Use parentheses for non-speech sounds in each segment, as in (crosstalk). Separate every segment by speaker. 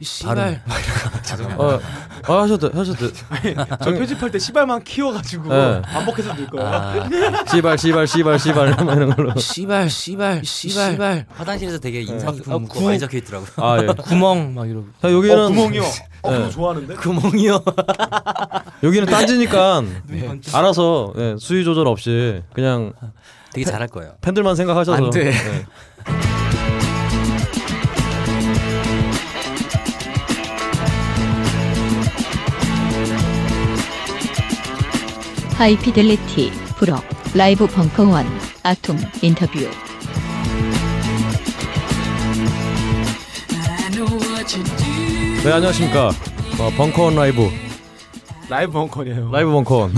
Speaker 1: 이 씨발
Speaker 2: 어, 어 하셔도 하셔도
Speaker 1: 저 편집할 때 씨발만 키워가지고
Speaker 2: 네.
Speaker 1: 반복해서 늘 거예요. 어,
Speaker 2: 씨발 씨발 씨발 씨발 막 이런 걸로
Speaker 3: 씨발 씨발 씨발 씨발
Speaker 4: 화장실에서 되게 인상 깊은
Speaker 3: 아,
Speaker 4: 문구
Speaker 3: 구-
Speaker 4: 많이 적혀 있더라고요.
Speaker 2: 아 예.
Speaker 3: 구멍 막 이러고
Speaker 2: 자 여기는
Speaker 1: 어, 구멍이요. 어,
Speaker 2: 네.
Speaker 1: 그거 좋아하는데.
Speaker 4: 구멍이요.
Speaker 2: 여기는 딴지니까
Speaker 1: 네.
Speaker 2: 알아서 예, 수위 조절 없이 그냥
Speaker 4: 되게 잘할 거예요.
Speaker 2: 팬들만 생각하셔서
Speaker 4: 안 돼.
Speaker 2: 예.
Speaker 5: 하이피델리티 불어 라이브 벙커원 아톰 인터뷰
Speaker 2: 네 안녕하십니까 어, 벙커원 라이브
Speaker 1: 라이브 벙커네요.
Speaker 2: 라이브 벙커원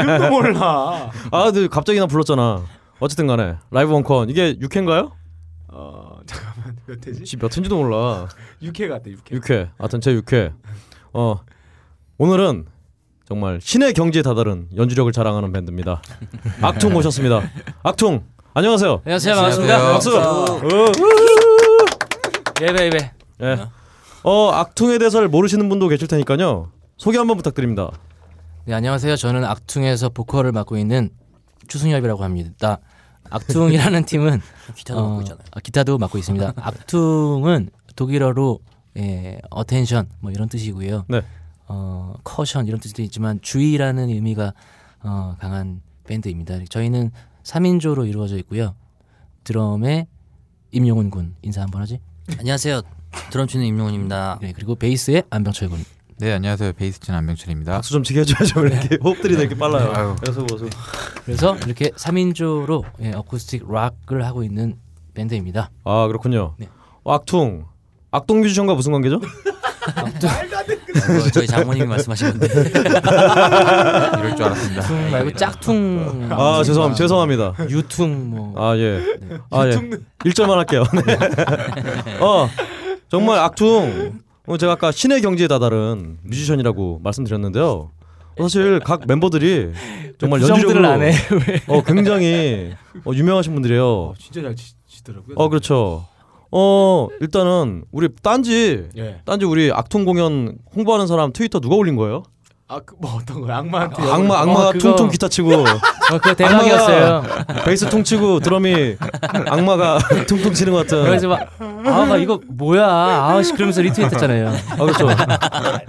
Speaker 1: 이름도 몰라.
Speaker 2: 아 근데 갑자기 나 불렀잖아 어쨌든 간에 라이브 벙커원 이게 6회인가요?
Speaker 1: 어 잠깐만 몇 회지?
Speaker 2: 지몇 회인지도 몰라
Speaker 1: 6회 같아 6회.
Speaker 2: 6회 하여튼 제 6회 어 오늘은 정말 신의 경지에 다다른 연주력을 자랑하는 밴드입니다 악퉁 모셨습니다 악퉁 안녕하세요
Speaker 3: 안녕하세요 어. 반갑습니다
Speaker 2: 박수
Speaker 3: 예배 예배
Speaker 2: 예. 어 악퉁에 대해서 모르시는 분도 계실 테니까요 소개 한번 부탁드립니다
Speaker 3: 네 안녕하세요 저는 악퉁에서 보컬을 맡고 있는 추승엽이라고 합니다 악퉁이라는 팀은
Speaker 4: (laughs) 기타도
Speaker 3: 어,
Speaker 4: 갖고 있잖아요.
Speaker 3: 아, 기타도 맡고
Speaker 4: (laughs)
Speaker 3: 있습니다 악퉁은 독일어로 예, 어텐션 뭐 이런 뜻이고요
Speaker 2: 네
Speaker 3: 어, 커션 이런 뜻도 있지만 주의라는 의미가 어, 강한 밴드입니다. 저희는 3인조로 이루어져 있고요. 드럼에 임용훈 군 인사 한번 하지.
Speaker 4: 안녕하세요. 드럼 치는 임용훈입니다.
Speaker 3: 네, 그리고 베이스에 안병철 군.
Speaker 6: 네 안녕하세요 베이스 친 안병철입니다.
Speaker 2: 박수 좀 치게 해줘야죠
Speaker 3: 네.
Speaker 2: 왜 이렇게 (laughs) 호흡들이 되게 빨라요
Speaker 6: 아유.
Speaker 2: 그래서 뭐, 그래서
Speaker 3: 그래서 이렇게 3인조로 예, 어쿠스틱 락을 하고 있는 밴드입니다.
Speaker 2: 아 그렇군요
Speaker 3: 네.
Speaker 2: 어, 악퉁 악동 뮤지션과 무슨 관계죠?
Speaker 4: 그거 저희 장모님이 말씀하신
Speaker 2: (laughs)
Speaker 4: 건데.
Speaker 6: 이럴 줄 알았습니다.
Speaker 3: 퉁 말고 짝퉁.
Speaker 2: 아 죄송합니다 죄송합니다
Speaker 3: 유퉁 뭐.
Speaker 2: 아 예. 아 예. 1절만 할게요.
Speaker 3: (laughs)
Speaker 2: 네. 어. 정말 악퉁. 어, 제가 아까 신의 경지에 다다른 뮤지션이라고 말씀드렸는데요. 어, 사실 각 멤버들이 정말
Speaker 3: 네. 부정들을
Speaker 2: 연주력으로
Speaker 3: 안 해.
Speaker 2: 어 굉장히 어, 유명하신 분들이에요.
Speaker 1: 어, 진짜 잘 치, 치더라고요.
Speaker 2: 어 그렇죠. 어 일단은 우리 딴지
Speaker 1: 예.
Speaker 2: 딴지 우리 악퉁 공연 홍보하는 사람 트위터 누가 올린 거요
Speaker 1: 아그 뭐 어떤 거야? 악마한테.
Speaker 2: 악마
Speaker 3: 어,
Speaker 2: 악마가
Speaker 3: 그거-
Speaker 2: 퉁퉁 기타 치고
Speaker 3: 어, 그거 대박이었어요.
Speaker 2: 베이스 통치고 드럼이 악마가 (laughs) 퉁퉁 치는 것 같은.
Speaker 3: 그래서 막아막 이거 뭐야 아씨 그러면서 리트윗했잖아요.
Speaker 2: (laughs) 아 그렇죠.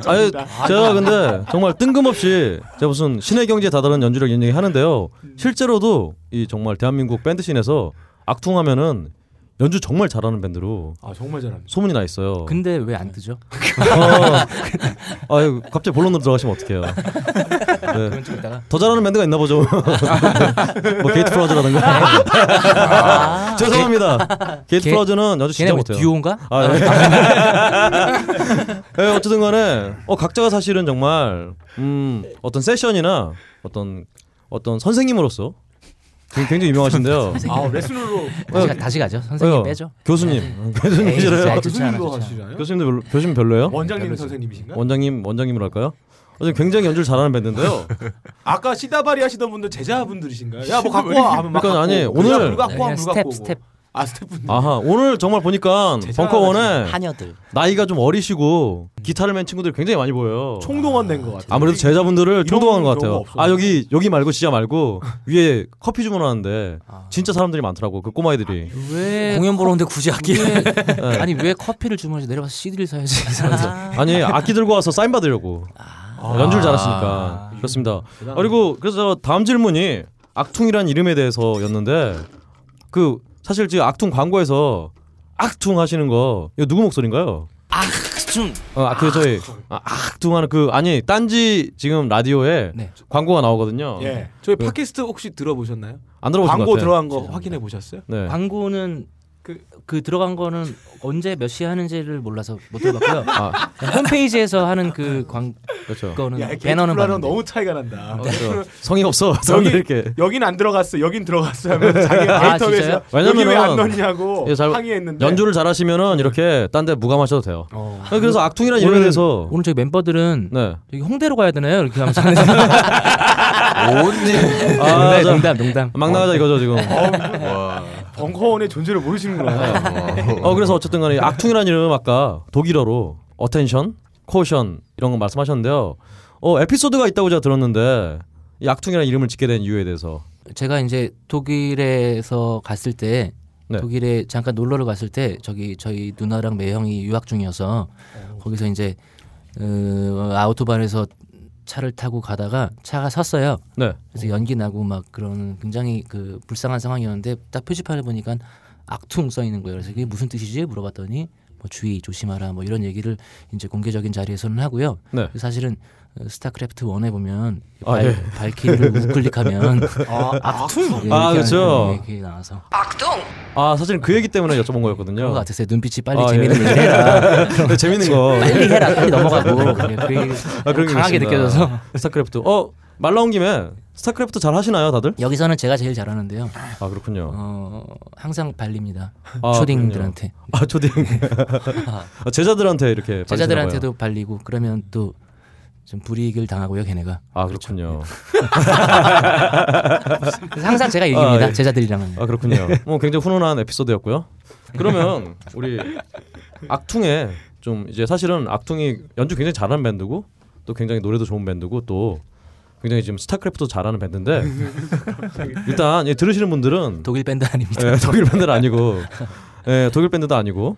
Speaker 2: 아니 제가 근데 정말 뜬금없이 제가 무슨 신의 경지에 다다른 연주력 이런 얘기 하는데요.
Speaker 3: 음.
Speaker 2: 실제로도 이 정말 대한민국 밴드 씬에서 악퉁하면은 연주 정말 잘하는 밴드로
Speaker 1: 아 정말 잘합니다.
Speaker 2: 소문이 나 있어요.
Speaker 3: 근데 왜 안 뜨죠?
Speaker 2: 어, 아유 갑자기 본론으로 들어가시면 어떡해요. 네.
Speaker 3: 그건 좀 이따가.
Speaker 2: 더 잘하는 밴드가 있나 보죠. 뭐 게이트 플라즈라든가. (laughs) 죄송합니다.
Speaker 3: 아.
Speaker 2: 게이트
Speaker 3: 게-
Speaker 2: 플라즈는 연주
Speaker 3: 걔네
Speaker 2: 진짜
Speaker 3: 뭐
Speaker 2: 못해요.
Speaker 3: 듀오인가?
Speaker 2: 아, (laughs) 예. 예, 어쨌든 간에 어, 각자가 사실은 정말 음, 어떤 세션이나 어떤 어떤 선생님으로서 굉- 굉장히 유명하신데요.
Speaker 1: 아 레슨으로
Speaker 3: 다시, 가, 다시 가죠. 선생님
Speaker 2: 예,
Speaker 3: 빼죠. 네.
Speaker 2: 교수님.
Speaker 3: 에이,
Speaker 2: 교수님이시래요.
Speaker 3: 진짜.
Speaker 2: 네,
Speaker 1: 교수님으로
Speaker 3: 좋지 않아, 좋지
Speaker 1: 하시나요?
Speaker 2: 교수님도 별로, 교수님 별로예요?
Speaker 1: 원장님 선생님이신가?
Speaker 2: 원장님 원장님으로 할까요? 어쨌든 굉장히 연주를 잘하는
Speaker 1: (laughs)
Speaker 2: 밴드인데요.
Speaker 1: 아까 시다바리 하시던 분들 제자분들이신가요? 야 뭐 갖고 와. 하면 막
Speaker 2: 그러니까
Speaker 1: 갖고
Speaker 2: 아니,
Speaker 1: 오고. 그냥
Speaker 2: 오늘-
Speaker 1: 물 갖고 와,
Speaker 3: 네,
Speaker 1: 물
Speaker 3: 스텝,
Speaker 1: 갖고 오고.
Speaker 3: 스텝.
Speaker 1: 아 스텝분.
Speaker 2: 아하 오늘 정말 보니까
Speaker 1: 제자가
Speaker 2: 벙커원에
Speaker 4: 하녀들.
Speaker 2: 나이가 좀 어리시고 기타를 맨 친구들이 굉장히 많이 보여요.
Speaker 1: 총동원 된것 같아요.
Speaker 2: 아무래도 제자분들을
Speaker 1: 이런
Speaker 2: 총동한 것
Speaker 1: 경우가
Speaker 2: 같아요.
Speaker 1: 없어요.
Speaker 2: 아 여기 여기 말고 진짜 말고
Speaker 1: (laughs)
Speaker 2: 위에 커피 주문하는데
Speaker 1: 아.
Speaker 2: 진짜 사람들이 많더라고 그 꼬마애들이.
Speaker 3: 왜
Speaker 4: 공연 보러 온데 굳이 아끼는.
Speaker 3: 왜- (laughs) 아니 왜 커피를 주문하지 내려가서 CD를 사야지. 이러면서.
Speaker 2: 아니 악기 들고 와서 사인 받으려고
Speaker 1: 아.
Speaker 2: 연주를 잘하시니까 그렇습니다. 아, 그리고 그래서 다음 질문이 악퉁이란 이름에 대해서였는데 그 사실 지금 악퉁 광고에서 악퉁 하시는 거 이거 누구 목소리인가요?
Speaker 3: 아,
Speaker 4: 악중.
Speaker 2: 어, 아, 그 저희 아, 악퉁 하는 그 아니 딴지 지금 라디오에
Speaker 3: 네.
Speaker 2: 광고가 나오거든요.
Speaker 1: 예. 저희 팟캐스트 혹시 들어보셨나요?
Speaker 2: 안 어. 네. 그 들어보신 것
Speaker 1: 광고
Speaker 2: 같아요.
Speaker 1: 들어간 거 확인해 보셨어요?
Speaker 2: 네.
Speaker 3: 광고는 그, 그 들어간 거는 언제 몇 시에 하는지를 몰라서 못 들어봤고요. 네,
Speaker 2: 아,
Speaker 3: 홈페이지에서 하는 그 광고는
Speaker 2: 그렇죠.
Speaker 3: 배너는
Speaker 1: 랑
Speaker 3: 봤는데.
Speaker 1: 너무 차이가 난다. 네.
Speaker 2: 그렇죠. (laughs) 성의 없어. 사람들 이렇게
Speaker 1: 여긴 안 들어갔어, 여긴 들어갔어 하면 자기
Speaker 3: 아,
Speaker 1: 데이터에서
Speaker 3: 진짜요?
Speaker 2: 왜냐면은
Speaker 1: 여기 왜안 넣냐고
Speaker 2: 예, 잘-
Speaker 1: 어, 항의했는데
Speaker 2: 연주를 잘하시면은 이렇게 딴 데 무감하셔도 돼요.
Speaker 1: 어.
Speaker 2: 그래서 악퉁이란 이름에 대해서
Speaker 3: 오늘 저희 멤버들은
Speaker 2: 네.
Speaker 3: 저기 홍대로 가야 되나요? 이렇게 하면서
Speaker 2: 아,
Speaker 3: 농담,
Speaker 2: 자,
Speaker 3: 농담 농담.
Speaker 2: 막 나가자 이거죠 지금.
Speaker 6: 와.
Speaker 2: 아, 네.
Speaker 1: 벙커원의 존재를 모르시는구나.
Speaker 2: 어 그래서 어쨌든 간에 악퉁이라는 이름 아까 독일어로 어텐션, 코션 이런 거 말씀하셨는데요. 어 에피소드가 있다고 제가 들었는데 이 악퉁이라는 이름을 짓게 된 이유에 대해서
Speaker 3: 제가 이제 독일에서 갔을 때
Speaker 2: 네.
Speaker 3: 독일에 잠깐 놀러를 갔을 때 저기 저희 누나랑 매형이 유학 중이어서 거기서 이제 어, 아우토반에서 차를 타고 가다가 차가 섰어요.
Speaker 2: 네.
Speaker 3: 그래서 연기 나고 막 그런 굉장히 그 불쌍한 상황이었는데 딱 표지판을 보니까 악퉁 써 있는 거예요. 그래서 이게 무슨 뜻이지 물어봤더니 뭐 주의 조심하라 뭐 이런 얘기를 이제 공개적인 자리에서는 하고요.
Speaker 2: 네.
Speaker 3: 사실은 어, 스타크래프트 1에 보면
Speaker 2: 아,
Speaker 3: 발,
Speaker 2: 예.
Speaker 3: 발키리를 우클릭하면 (laughs) 예, 악퉁
Speaker 2: 아, 그렇죠.
Speaker 3: 이렇게 나와서
Speaker 2: 아 사실 그 얘기 때문에 여쭤본
Speaker 3: 그거
Speaker 2: 거였거든요.
Speaker 3: 같았어요. 눈빛이 빨리
Speaker 2: 아,
Speaker 3: 재미있는
Speaker 2: 예.
Speaker 3: 얘기를
Speaker 2: (laughs)
Speaker 3: 해라.
Speaker 2: 근데 재밌는
Speaker 3: (laughs)
Speaker 2: 거.
Speaker 3: 빨리 해라. 빨리
Speaker 2: (laughs)
Speaker 3: 넘어가고. 그래, 그 얘기를
Speaker 2: 아, 그런 게
Speaker 3: 네. 강하게
Speaker 2: 있습니다.
Speaker 3: 느껴져서.
Speaker 2: 스타크래프트. 어 말 나온 김에 스타크래프트 잘 하시나요 다들?
Speaker 3: 여기서는 제가 제일 잘하는데요.
Speaker 2: 아 그렇군요.
Speaker 3: 어, 항상 발립니다.
Speaker 2: 아,
Speaker 3: 초딩들한테. (laughs)
Speaker 2: 아 초딩. 아, 제자들한테 이렇게 받으시나 봐요.
Speaker 3: 제자들한테도 발리고 그러면 또 좀 불이익을 당하고요, 걔네가.
Speaker 2: 아 그렇군요.
Speaker 3: 그래서 항상 제가 이깁니다.
Speaker 2: 아, 예.
Speaker 3: 제자들이랑은.
Speaker 2: 아 그렇군요. 뭐 굉장히 훈훈한 에피소드였고요. 그러면 우리 악퉁에 좀 이제 사실은 악퉁이 연주 굉장히 잘하는 밴드고 또 굉장히 노래도 좋은 밴드고 또 굉장히 지금 스타크래프트도 잘하는 밴드인데 일단 예, 들으시는 분들은
Speaker 3: 독일 밴드 아닙니다.
Speaker 2: 예, 독일 밴드는 아니고 예, 독일 밴드도 아니고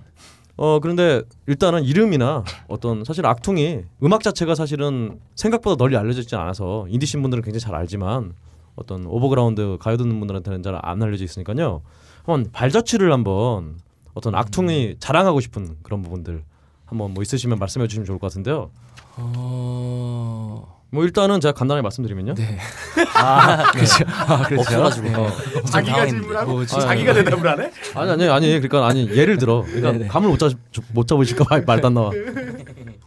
Speaker 2: 어 그런데 일단은 이름이나 어떤 사실 악퉁이 음악 자체가 사실은 생각보다 널리 알려져 있지 않아서 인디신 분들은 굉장히 잘 알지만 어떤 오버그라운드 가요 듣는 분들한테는 잘 안 알려져 있으니까요 한번 발자취를 한번 어떤 악퉁이 자랑하고 싶은 그런 부분들 한번 뭐 있으시면 말씀해 주시면 좋을 것 같은데요
Speaker 3: 어...
Speaker 2: 뭐 일단은 제가 간단하게 말씀드리면요
Speaker 3: 네. 아,
Speaker 4: 없어가지고
Speaker 2: 네.
Speaker 1: 자기가
Speaker 3: 어,
Speaker 1: 질문하고 자기가
Speaker 2: 뭐
Speaker 1: 대답을 안 해?
Speaker 2: 아니 아니 아니 그러니까 아니 예를 들어
Speaker 3: 네,
Speaker 2: 그러니까 감을 못, 잡, 못 잡으실까 봐 말도 안 나와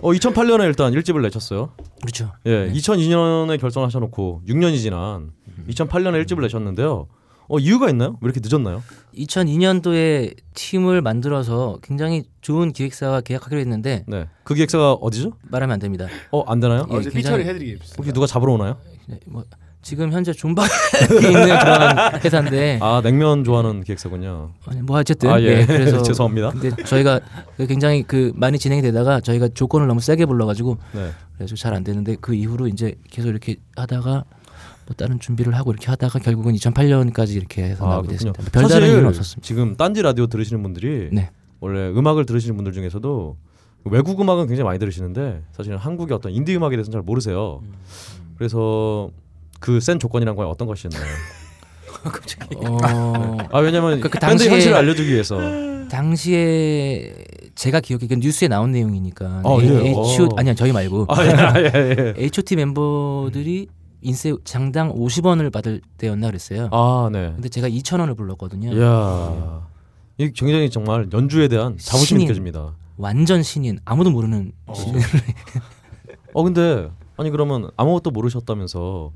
Speaker 2: 어 2008년에 일단 1집을 내셨어요
Speaker 3: 그렇죠.
Speaker 2: 예 2002년에 결성하셔놓고 6년이 지난
Speaker 3: 음.
Speaker 2: 2008년에 1집을 내셨는데요 어 이유가 있나요 왜 이렇게 늦었나요
Speaker 3: 2002년도에 팀을 만들어서 굉장히 좋은 기획사와 계약하기로 했는데
Speaker 2: 네그 기획사가 어디죠
Speaker 3: 말하면 안 됩니다.
Speaker 2: 어 안 되나요
Speaker 3: 예,
Speaker 1: 어제
Speaker 3: 굉장히-
Speaker 1: 피처를 해드리겠습니다.
Speaker 2: 혹시 누가 잡으러 오나요
Speaker 3: 네, 뭐 지금 현재 존박에 (laughs) 있는 그런 회사인데
Speaker 2: 아 냉면 좋아하는 기획사군요
Speaker 3: 아니, 뭐 어쨌든
Speaker 2: 아, 예.
Speaker 3: 네, 그래서
Speaker 2: 죄송합니다.
Speaker 3: 근데 저희가 그 굉장히 그 많이 진행이 되다가 저희가 조건을 너무 세게 불러가지고
Speaker 2: 네
Speaker 3: 그래서 잘 안 되는데 그 이후로 이제 계속 이렇게 하다가 뭐 다른 준비를 하고 이렇게 하다가 결국은 2008년까지 이렇게 해서
Speaker 2: 아,
Speaker 3: 나오게
Speaker 2: 그렇군요.
Speaker 3: 됐습니다. 별다른
Speaker 2: 사실
Speaker 3: 이유는 없었습니다.
Speaker 2: 지금 딴지 라디오 들으시는 분들이
Speaker 3: 네.
Speaker 2: 원래 음악을 들으시는 분들 중에서도 외국 음악은 굉장히 많이 들으시는데 사실은 한국의 어떤 인디 음악에 대해서는 잘 모르세요. 그래서 그 센 조건이란 거에 어떤 것이었나요?
Speaker 3: 어, (laughs)
Speaker 2: 아 왜냐면
Speaker 3: 그- 그
Speaker 2: 밴드의
Speaker 3: 당시에-
Speaker 2: 현실을 알려주기 위해서
Speaker 3: 당시에 제가 기억해 뉴스에 나온 내용이니까
Speaker 2: 아, 예.
Speaker 3: H.O.
Speaker 2: 어.
Speaker 3: 아니야 저희 말고 (laughs)
Speaker 2: 아예예 예.
Speaker 3: H.O.T 멤버들이 인세 장당 50원을 받을 때였나 그랬어요.
Speaker 2: 아 예. 네.
Speaker 3: 근데 제가 2천 원을 불렀거든요.
Speaker 2: 이야. 이 굉장히 정말 연주에 대한 자부심이
Speaker 3: 신인.
Speaker 2: 느껴집니다.
Speaker 3: 완전 신인 아무도 모르는
Speaker 1: 어.
Speaker 2: 네.
Speaker 3: 신인.
Speaker 2: 어 근데 아니 그러면 아무것도 모르셨다면서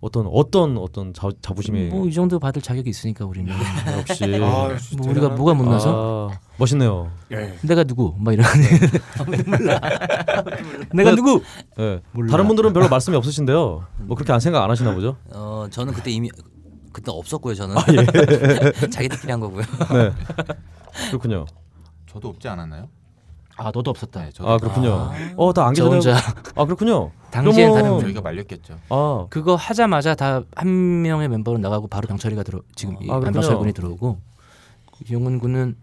Speaker 2: 어떤 어떤 어떤 자, 자부심이
Speaker 3: 뭐이 정도 받을 자격이 있으니까 우리는
Speaker 2: 역시
Speaker 1: 아, 진짜
Speaker 3: 뭐 우리가 뭐가 못나서
Speaker 2: 아, 멋있네요.
Speaker 1: 예.
Speaker 3: 내가 누구 막 이런
Speaker 2: 네.
Speaker 3: (laughs)
Speaker 2: (laughs)
Speaker 3: 내가 누구
Speaker 2: 예.
Speaker 3: 몰라.
Speaker 2: 다른 분들은 별로 말씀이 없으신데요. 뭐 그렇게 안 생각 안 하시나 보죠?
Speaker 4: 어 저는 그때 이미 그때 없었고요
Speaker 3: 아,
Speaker 4: 저는
Speaker 3: 예.
Speaker 4: (laughs) 자기들끼리 한 거고요
Speaker 2: 네. 그렇군요.
Speaker 6: 저도 없지 않았나요?
Speaker 3: 아 너도 없었다
Speaker 6: 네, 저도
Speaker 2: 아 그렇군요. 어 다 안
Speaker 3: 저
Speaker 2: 계시네요.
Speaker 3: 혼자
Speaker 2: 아 그렇군요.
Speaker 3: 당시엔
Speaker 2: 그러면-
Speaker 3: 다른 멤버.
Speaker 6: 저희가 말렸겠죠.
Speaker 2: 아
Speaker 3: (laughs) 그거 하자마자 다 한 명의 멤버는 나가고 바로 당철이가 들어 지금 이
Speaker 2: 아, 그렇군요.
Speaker 3: 안박철군이 들어오고 용훈 군은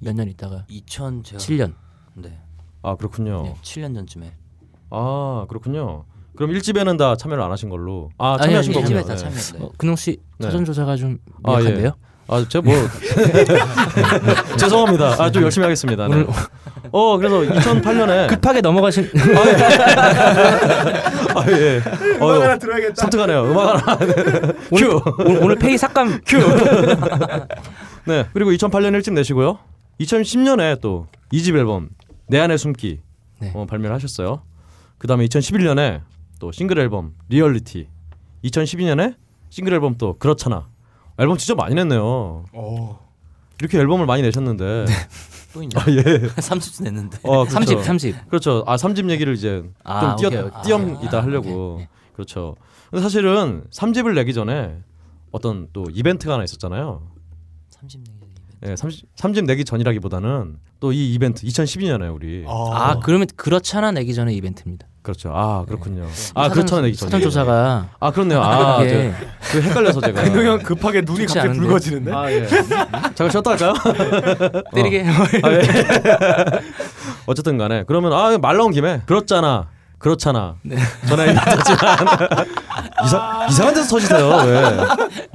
Speaker 3: 몇 년 있다가
Speaker 4: 2000 제가
Speaker 3: 7년
Speaker 4: 네,
Speaker 2: 아 그렇군요.
Speaker 4: 네 7년 전쯤에
Speaker 2: 아 그렇군요. 그럼 일집에는 다 참여를 안 하신 걸로. 아
Speaker 3: 아니,
Speaker 2: 참여하신
Speaker 3: 아니,
Speaker 2: 거군요.
Speaker 4: 일집에 다
Speaker 2: 네.
Speaker 4: 참여했어요.
Speaker 3: 어, 근홍 씨
Speaker 2: 네.
Speaker 3: 사전 조사가 좀
Speaker 2: 아, 예.
Speaker 3: 미약한데요?
Speaker 2: 아 제가 뭐 (laughs) 죄송합니다. 아 좀 열심히 하겠습니다. 네. 어 그래서 2008년에
Speaker 3: 급하게 넘어가신
Speaker 2: 아
Speaker 3: (laughs)
Speaker 2: 예.
Speaker 1: 음악
Speaker 2: 어유,
Speaker 1: 하나 들어야겠다.
Speaker 2: 섬뜩하네요. 음악 하나. 큐.
Speaker 3: 오늘, 오늘 페이 삭감 (laughs)
Speaker 2: 큐. 네. 그리고 2008년 일집 내시고요. 2010년에 또 2집 앨범 내 안의 숨기
Speaker 3: 네.
Speaker 2: 어, 발매를 하셨어요. 그다음에 2011년에 또 싱글 앨범 리얼리티. 2012년에 싱글 앨범 또 그렇잖아. 앨범 진짜 많이 냈네요.
Speaker 1: 어.
Speaker 2: 이렇게 앨범을 많이 내셨는데.
Speaker 3: 네.
Speaker 4: 또
Speaker 3: (laughs)
Speaker 2: (laughs)
Speaker 4: 있냐
Speaker 2: 아 예.
Speaker 4: 30주 냈는데
Speaker 2: 어, 그렇죠.
Speaker 3: 3집 3집
Speaker 2: 그렇죠. 아, 3집 얘기를 이제
Speaker 3: 아,
Speaker 2: 좀
Speaker 3: 오케이,
Speaker 2: 띄어
Speaker 3: 오케이.
Speaker 2: 띄엄이다
Speaker 3: 아,
Speaker 2: 하려고.
Speaker 3: 오케이.
Speaker 2: 그렇죠. 근데 사실은 3집을 내기 전에 어떤 또 이벤트가 하나 있었잖아요.
Speaker 4: 30 내기
Speaker 2: 예, 30, 3집 내기 전이라기보다는 또 이 이벤트 2012년에 우리
Speaker 1: 아,
Speaker 3: 아 그러면 그렇잖아 내기 전에 이벤트입니다.
Speaker 2: 그렇죠. 아 그렇군요. 아 그렇잖아 내기 전.
Speaker 3: 네. 사전 조사가
Speaker 2: 아 그렇네요. 아
Speaker 3: 그게-
Speaker 2: 제가 그 헷갈려서
Speaker 3: (laughs)
Speaker 2: 제가.
Speaker 1: 근동이 형 급하게
Speaker 3: 좋지
Speaker 1: 눈이 갑자기
Speaker 3: 않은데?
Speaker 1: 붉어지는데.
Speaker 2: 아 예. 잠깐 쉬었다 할까요?
Speaker 3: 때리게 (laughs)
Speaker 2: 아, 예. (laughs) 어쨌든 간에 그러면 아 말 나온 김에 그렇잖아. 그렇잖아. 전화 이벤트지만 이상 이상한 데서 터지세요. 왜?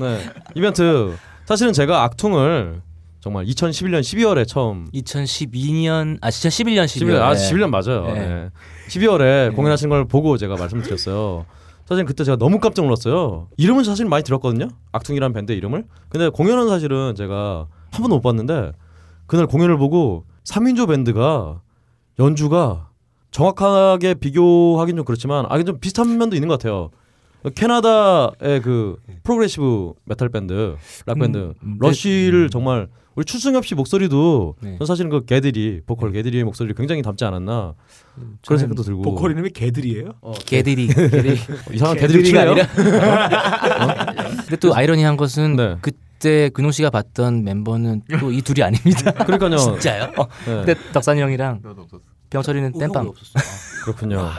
Speaker 2: 네. 이벤트 사실은 제가 악퉁을 정말 2011년 12월에 처음
Speaker 3: 2012년 아 2011년
Speaker 2: 11년
Speaker 3: 12월
Speaker 2: 아 11년 맞아요.
Speaker 3: 네.
Speaker 2: 네. 12월에 공연하신 걸 보고 제가 말씀드렸어요. 사실 그때 제가 너무 깜짝 놀랐어요. 이름은 사실 많이 들었거든요. 악퉁이라는 밴드 이름을. 근데 공연은 사실은 제가 한 번도 못 봤는데 그날 공연을 보고 3인조 밴드가 연주가 정확하게 비교하긴 좀 그렇지만 아, 이게 좀 비슷한 면도 있는 것 같아요. 캐나다의 그 프로그레시브 메탈 밴드, 락 밴드
Speaker 3: 음,
Speaker 2: 러쉬를 정말 우리 추승엽 씨 목소리도
Speaker 3: 네.
Speaker 2: 전 사실은 그 개들이 보컬 개들이의 목소리를 굉장히 닮지 않았나 그런 생각도 들고
Speaker 1: 보컬 이름이 개들이에요?
Speaker 2: 어.
Speaker 3: 개들이 개들이
Speaker 2: 이상한 개들이
Speaker 3: 개들이가
Speaker 2: 추네요.
Speaker 3: 근데 또 아이러니한 것은
Speaker 2: 네.
Speaker 3: 그때 근홍 씨가 봤던 멤버는 또 이 둘이 아닙니다.
Speaker 2: (laughs)
Speaker 3: (laughs)
Speaker 2: 그러니까요.
Speaker 3: 진짜요? 어,
Speaker 2: 네,
Speaker 3: 근데 덕산이 형이랑
Speaker 6: 그 음,
Speaker 3: 병철이는
Speaker 4: 어,
Speaker 3: 땜빵.
Speaker 4: 형이 없었어. 아,
Speaker 2: 그렇군요.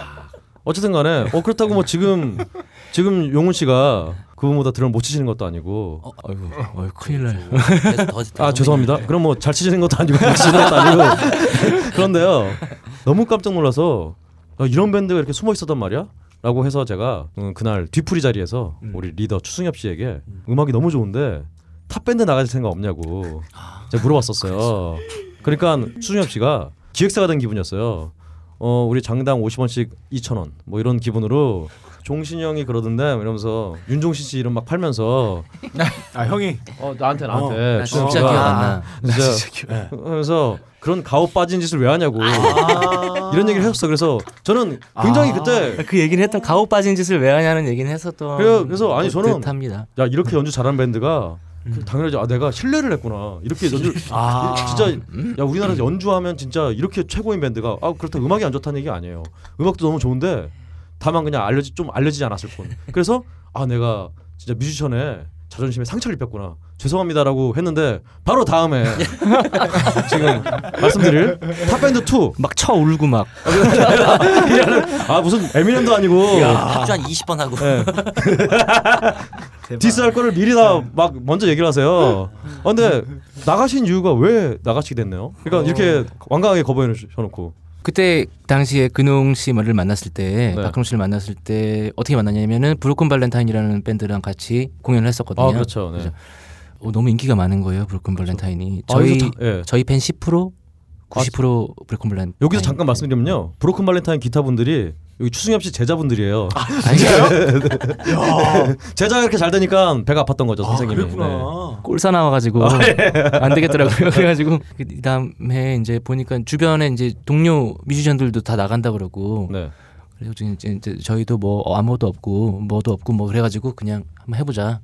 Speaker 2: 어쨌든간에 어 그렇다고 뭐 지금 지금 용훈 씨가 그분보다 드럼 못 치시는 것도 아니고
Speaker 4: 어,
Speaker 3: 어이구, 어이 큰일 날.
Speaker 4: 그래서 더- 더
Speaker 2: 아 죄송합니다. 그럼 뭐 잘 치시는 것도 아니고 못 치시는 것도 아니고 그런데요 너무 깜짝 놀라서 아, 이런 밴드가 이렇게 숨어 있었단 말이야? 라고 해서 제가 음, 그날 뒤풀이 자리에서 우리 리더 추승엽 씨에게 음. 악이 너무 좋은데 탑 밴드 나갈 생각 없냐고 제가 물어봤었어요. 그러니까 추승엽 씨가 기획사가 된 기분이었어요. 어 우리 장당 50원씩 2,000원 뭐 이런 기분으로 종신이 형이 그러던데 이러면서 윤종신 씨 이름 막 팔면서
Speaker 1: 아 형이.
Speaker 2: 어 나한테 어.
Speaker 1: 나한테.
Speaker 3: 나 네, 진짜 기억
Speaker 1: 아,
Speaker 3: 안 나.
Speaker 2: 진짜
Speaker 1: 예.
Speaker 2: 하면서 그런 가오 빠진 짓을 왜 하냐고 이런 얘기를 했었어. 그래서 저는 굉장히 그때
Speaker 3: 그 얘기는 했던 가오 빠진 짓을 왜 하냐는 얘기는 했었던.
Speaker 2: 그래요. 그래서 아니, 저는
Speaker 3: 듯합니다.
Speaker 2: 야 이렇게 연주 잘하는 밴드가 당연하지 아 내가 신뢰를 했구나 이렇게 연주
Speaker 1: 아.
Speaker 2: 진짜 야 우리나라에서 연주하면 진짜 이렇게 최고인 밴드가 아 그렇다 음악이 안 좋다는 얘기 아니에요 음악도 너무 좋은데 다만 그냥 알려지 좀 알려지지 않았을 뿐 그래서 아 내가 진짜 뮤지션에 자존심에 상처를 입혔구나 죄송합니다라고 했는데 바로 다음에 (laughs) 지금 말씀드릴 탑 밴드 2
Speaker 3: 막 쳐 울고 막.
Speaker 2: 아 무슨 에미넴도 아니고
Speaker 4: 합주 한 20번 하고
Speaker 2: 예.
Speaker 1: 예.
Speaker 2: 디스할 거를 미리 다 막 먼저 얘기를 하세요. 아, 근데 나가신 이유가 왜 나가시게 됐나요? 그러니까 이렇게 완강하게 거부해 주셔놓고
Speaker 3: 그때 당시에 근홍 씨를 만났을 때
Speaker 2: 네.
Speaker 3: 박근홍 씨를 만났을 때 어떻게 만났냐면은 브로큰 발렌타인이라는 밴드랑 같이 공연을 했었거든요.
Speaker 2: 아 그렇죠. 네.
Speaker 3: 그죠. 어, 너무 인기가 많은 거예요 브로큰 발렌타인이.
Speaker 2: 아,
Speaker 3: 저희
Speaker 2: 여기서 다- 예.
Speaker 3: 저희 팬 10% 90% 브로큰 발렌타인.
Speaker 2: 여기서 잠깐 말씀드리면요, 브로큰 발렌타인 기타 분들이 여기 추승엽 씨 제자분들이에요.
Speaker 3: 아니,
Speaker 2: (laughs) 제자가 이렇게 잘 되니까 배가 아팠던 거죠,
Speaker 1: 아
Speaker 2: 선생님이. 네.
Speaker 1: 그랬구나.
Speaker 3: (laughs) 꼴사 나와가지고
Speaker 2: 아, 예.
Speaker 3: (laughs) 안 되겠더라고요. 그래가지고 그 다음에 이제 보니까 주변에 이제 동료 뮤지션들도 다 나간다 그러고
Speaker 2: 네. 네.
Speaker 3: 그래서 지금 이제, 이제 저희도 뭐 어, 아무것도 없고 뭐도 없고 뭐 그래가지고 그냥 한번 해보자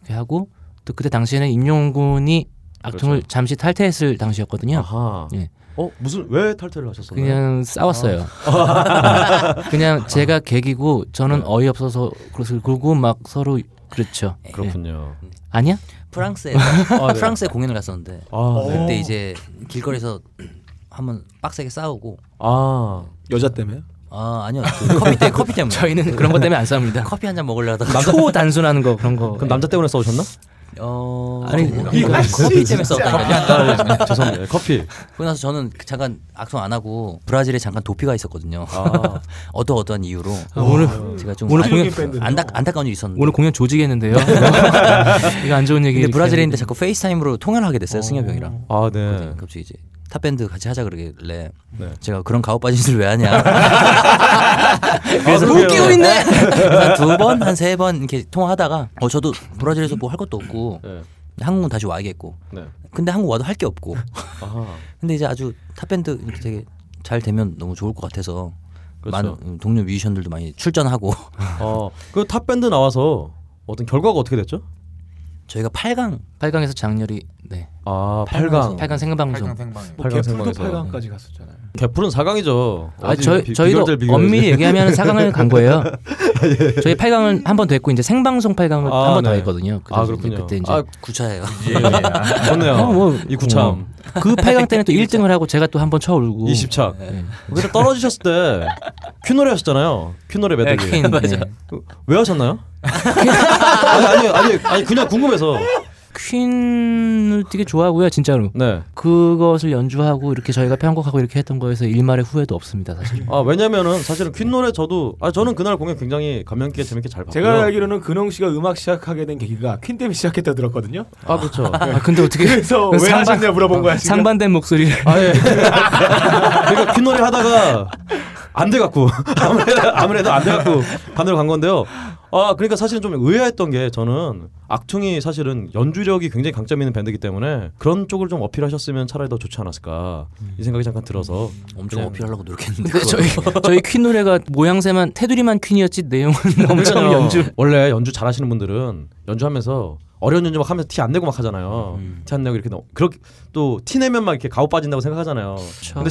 Speaker 3: 이렇게 하고 또 그때 당시에는 임용군이 악통을 잠시 탈퇴했을 당시였거든요.
Speaker 2: 아하.
Speaker 3: 예.
Speaker 2: 어 무슨 왜 탈퇴를 하셨었나요?
Speaker 3: 그냥 싸웠어요. (laughs) 그냥 제가 계기고 저는 어이없어서 그것을 굴고 막 서로 그렇죠. 예.
Speaker 2: 네. 그렇군요.
Speaker 3: 아니야?
Speaker 4: 프랑스에 서
Speaker 2: 아, 네.
Speaker 4: 프랑스에 공연을 갔었는데
Speaker 3: 어.
Speaker 2: 아, 네.
Speaker 4: 그때 이제 길거리에서 한번 빡세게 싸우고
Speaker 2: 아
Speaker 1: 여자 때문에?
Speaker 4: 아 아니요 그 커피 때 커피 때문에
Speaker 3: 저희는 그런 것 때문에 안 싸웁니다.
Speaker 4: (laughs)
Speaker 3: 그
Speaker 4: 커피 한 잔 먹으려다가
Speaker 3: 초 단순하는 거 그런 거.
Speaker 2: 그럼 남자 때문에 싸우셨나?
Speaker 3: 네.
Speaker 4: 어
Speaker 3: 아니,
Speaker 4: 커피,
Speaker 3: 이거 아,
Speaker 4: 커피 때문에 싸웠다니까요.
Speaker 2: 네, (laughs) 죄송합니다. 커피.
Speaker 4: 그러고 나서 저는 그 잠깐 악성 안 하고 브라질에 잠깐 도피가 있었거든요.
Speaker 2: 아.
Speaker 4: (laughs) 어떠 어떠한 이유로
Speaker 3: 아, 오늘
Speaker 4: 제가 좀
Speaker 3: 오늘
Speaker 4: 안,
Speaker 3: 공연
Speaker 1: 밴드네요.
Speaker 4: 안타, 안타까운 일이 있었는데
Speaker 3: 오늘 공연 조직했는데요. (laughs) 이거 안 좋은 얘기.
Speaker 4: 근데 브라질에 있는데 자꾸 페이스타임으로 통화를 하게 됐어요 승엽이 형이랑
Speaker 2: 아 네.
Speaker 4: 갑자기 이제 탑밴드 같이 하자 그러길래
Speaker 2: 네. 아,
Speaker 4: 제가 그런 가오 빠진 짓을 왜
Speaker 2: (laughs)
Speaker 4: 하냐
Speaker 2: 그래서
Speaker 4: 웃기고 아,
Speaker 2: (laughs)
Speaker 4: 있네 두번 한 세 번 이렇게 통화하다가 어 저도 브라질에서 뭐 할 것도 없고
Speaker 2: 네.
Speaker 4: 한국은 다시 와야겠고
Speaker 2: 네.
Speaker 4: 근데 한국 와도 할 게 없고
Speaker 2: 아하.
Speaker 4: 근데 이제 아주 탑밴드 이렇게 되게 잘 되면 너무 좋을 것 같아서
Speaker 2: 그렇죠.
Speaker 4: 많은 음, 동료 뮤지션들도 많이 출전하고
Speaker 2: 그 어. 그탑 밴드 나와서 어떤 결과가 어떻게 됐죠?
Speaker 4: 저희가 8강
Speaker 3: 8강에서 장렬이 네.
Speaker 2: 아 8강.
Speaker 3: 8강 생방송.
Speaker 6: 팔강 생방송.
Speaker 1: 뭐
Speaker 2: 팔강
Speaker 1: 개풀도
Speaker 2: 생방에서.
Speaker 1: 8강까지 갔었잖아요.
Speaker 2: 개풀은 4강이죠.
Speaker 3: 아, 저희 저희도 엄밀히 얘기하면 4강을 간
Speaker 1: (laughs)
Speaker 3: 거예요. 저희 8강을 한 번 더 했고 이제 생방송 8강을
Speaker 2: 아,
Speaker 3: 한 번 더
Speaker 2: 네.
Speaker 3: 했거든요. 그래서
Speaker 2: 아
Speaker 3: 이제
Speaker 2: 그렇군요.
Speaker 3: 그때 이제
Speaker 2: 아
Speaker 4: 9차예요.
Speaker 2: 좋네요.
Speaker 3: 아, 뭐,
Speaker 2: 이 구참
Speaker 1: 아,
Speaker 3: 그 8강
Speaker 1: (laughs)
Speaker 3: 때는 또 1등을 하고 제가 또 한 번 쳐 울고
Speaker 2: 20착.
Speaker 3: 네.
Speaker 2: 그때 떨어지셨을 때 큐노래 하셨잖아요. 큐노래 메들리.
Speaker 3: 퀸, 네.
Speaker 2: 그왜 하셨나요? 아니 아니 아니 아니 그냥 궁금해서.
Speaker 3: 퀸을 되게 좋아하고요, 진짜로.
Speaker 1: 음.
Speaker 2: 네.
Speaker 3: 그것을 연주하고 이렇게 저희가 편곡하고 이렇게 했던 거에서 일말의 후회도 없습니다, 사실.
Speaker 2: 아 왜냐면은 사실은 퀸 노래 저도 아 저는 그날 공연 굉장히 감명 깊게 재밌게 잘 봤고요.
Speaker 1: 제가 알기로는 근홍 씨가 음악 시작하게 된 계기가 퀸 때문에 시작했다 들었거든요.
Speaker 2: 아
Speaker 3: (laughs)
Speaker 2: 그렇죠.
Speaker 3: 아, 근데 어떻게
Speaker 1: (laughs) 그래서 왜
Speaker 3: 상반-
Speaker 1: 하셨냐 물어본 거야 지금.
Speaker 3: 상반된
Speaker 1: (laughs)
Speaker 3: 목소리를
Speaker 2: (laughs) 아예. 그러니까 퀸 노래 하다가 안 돼갖고 아무래도 아무래도 안 돼갖고 반대로 간 건데요. 아 그러니까 사실은 좀 의아했던 게 저는 악퉁이 사실은 연주력이 굉장히 강점 있는 밴드이기 때문에 그런 쪽을 좀 어필하셨으면 차라리 더 좋지 않았을까 이 생각이 잠깐 들어서
Speaker 4: 엄청 어필하려고 노력했는데
Speaker 2: 네,
Speaker 3: 근데 저희 저희 퀸 노래가 모양새만 테두리만 퀸이었지 내용은
Speaker 1: 그렇죠.
Speaker 3: (laughs) 엄청
Speaker 2: 그러니까요.
Speaker 3: 연주
Speaker 2: 원래 연주 잘하시는 분들은 연주하면서 어려운 연주 막 하면서 티 안 내고 막 하잖아요.
Speaker 3: 음.
Speaker 2: 티 안 내고 이렇게 너- 그렇게 또 티 내면 막 이렇게 가오 빠진다고 생각하잖아요. 근데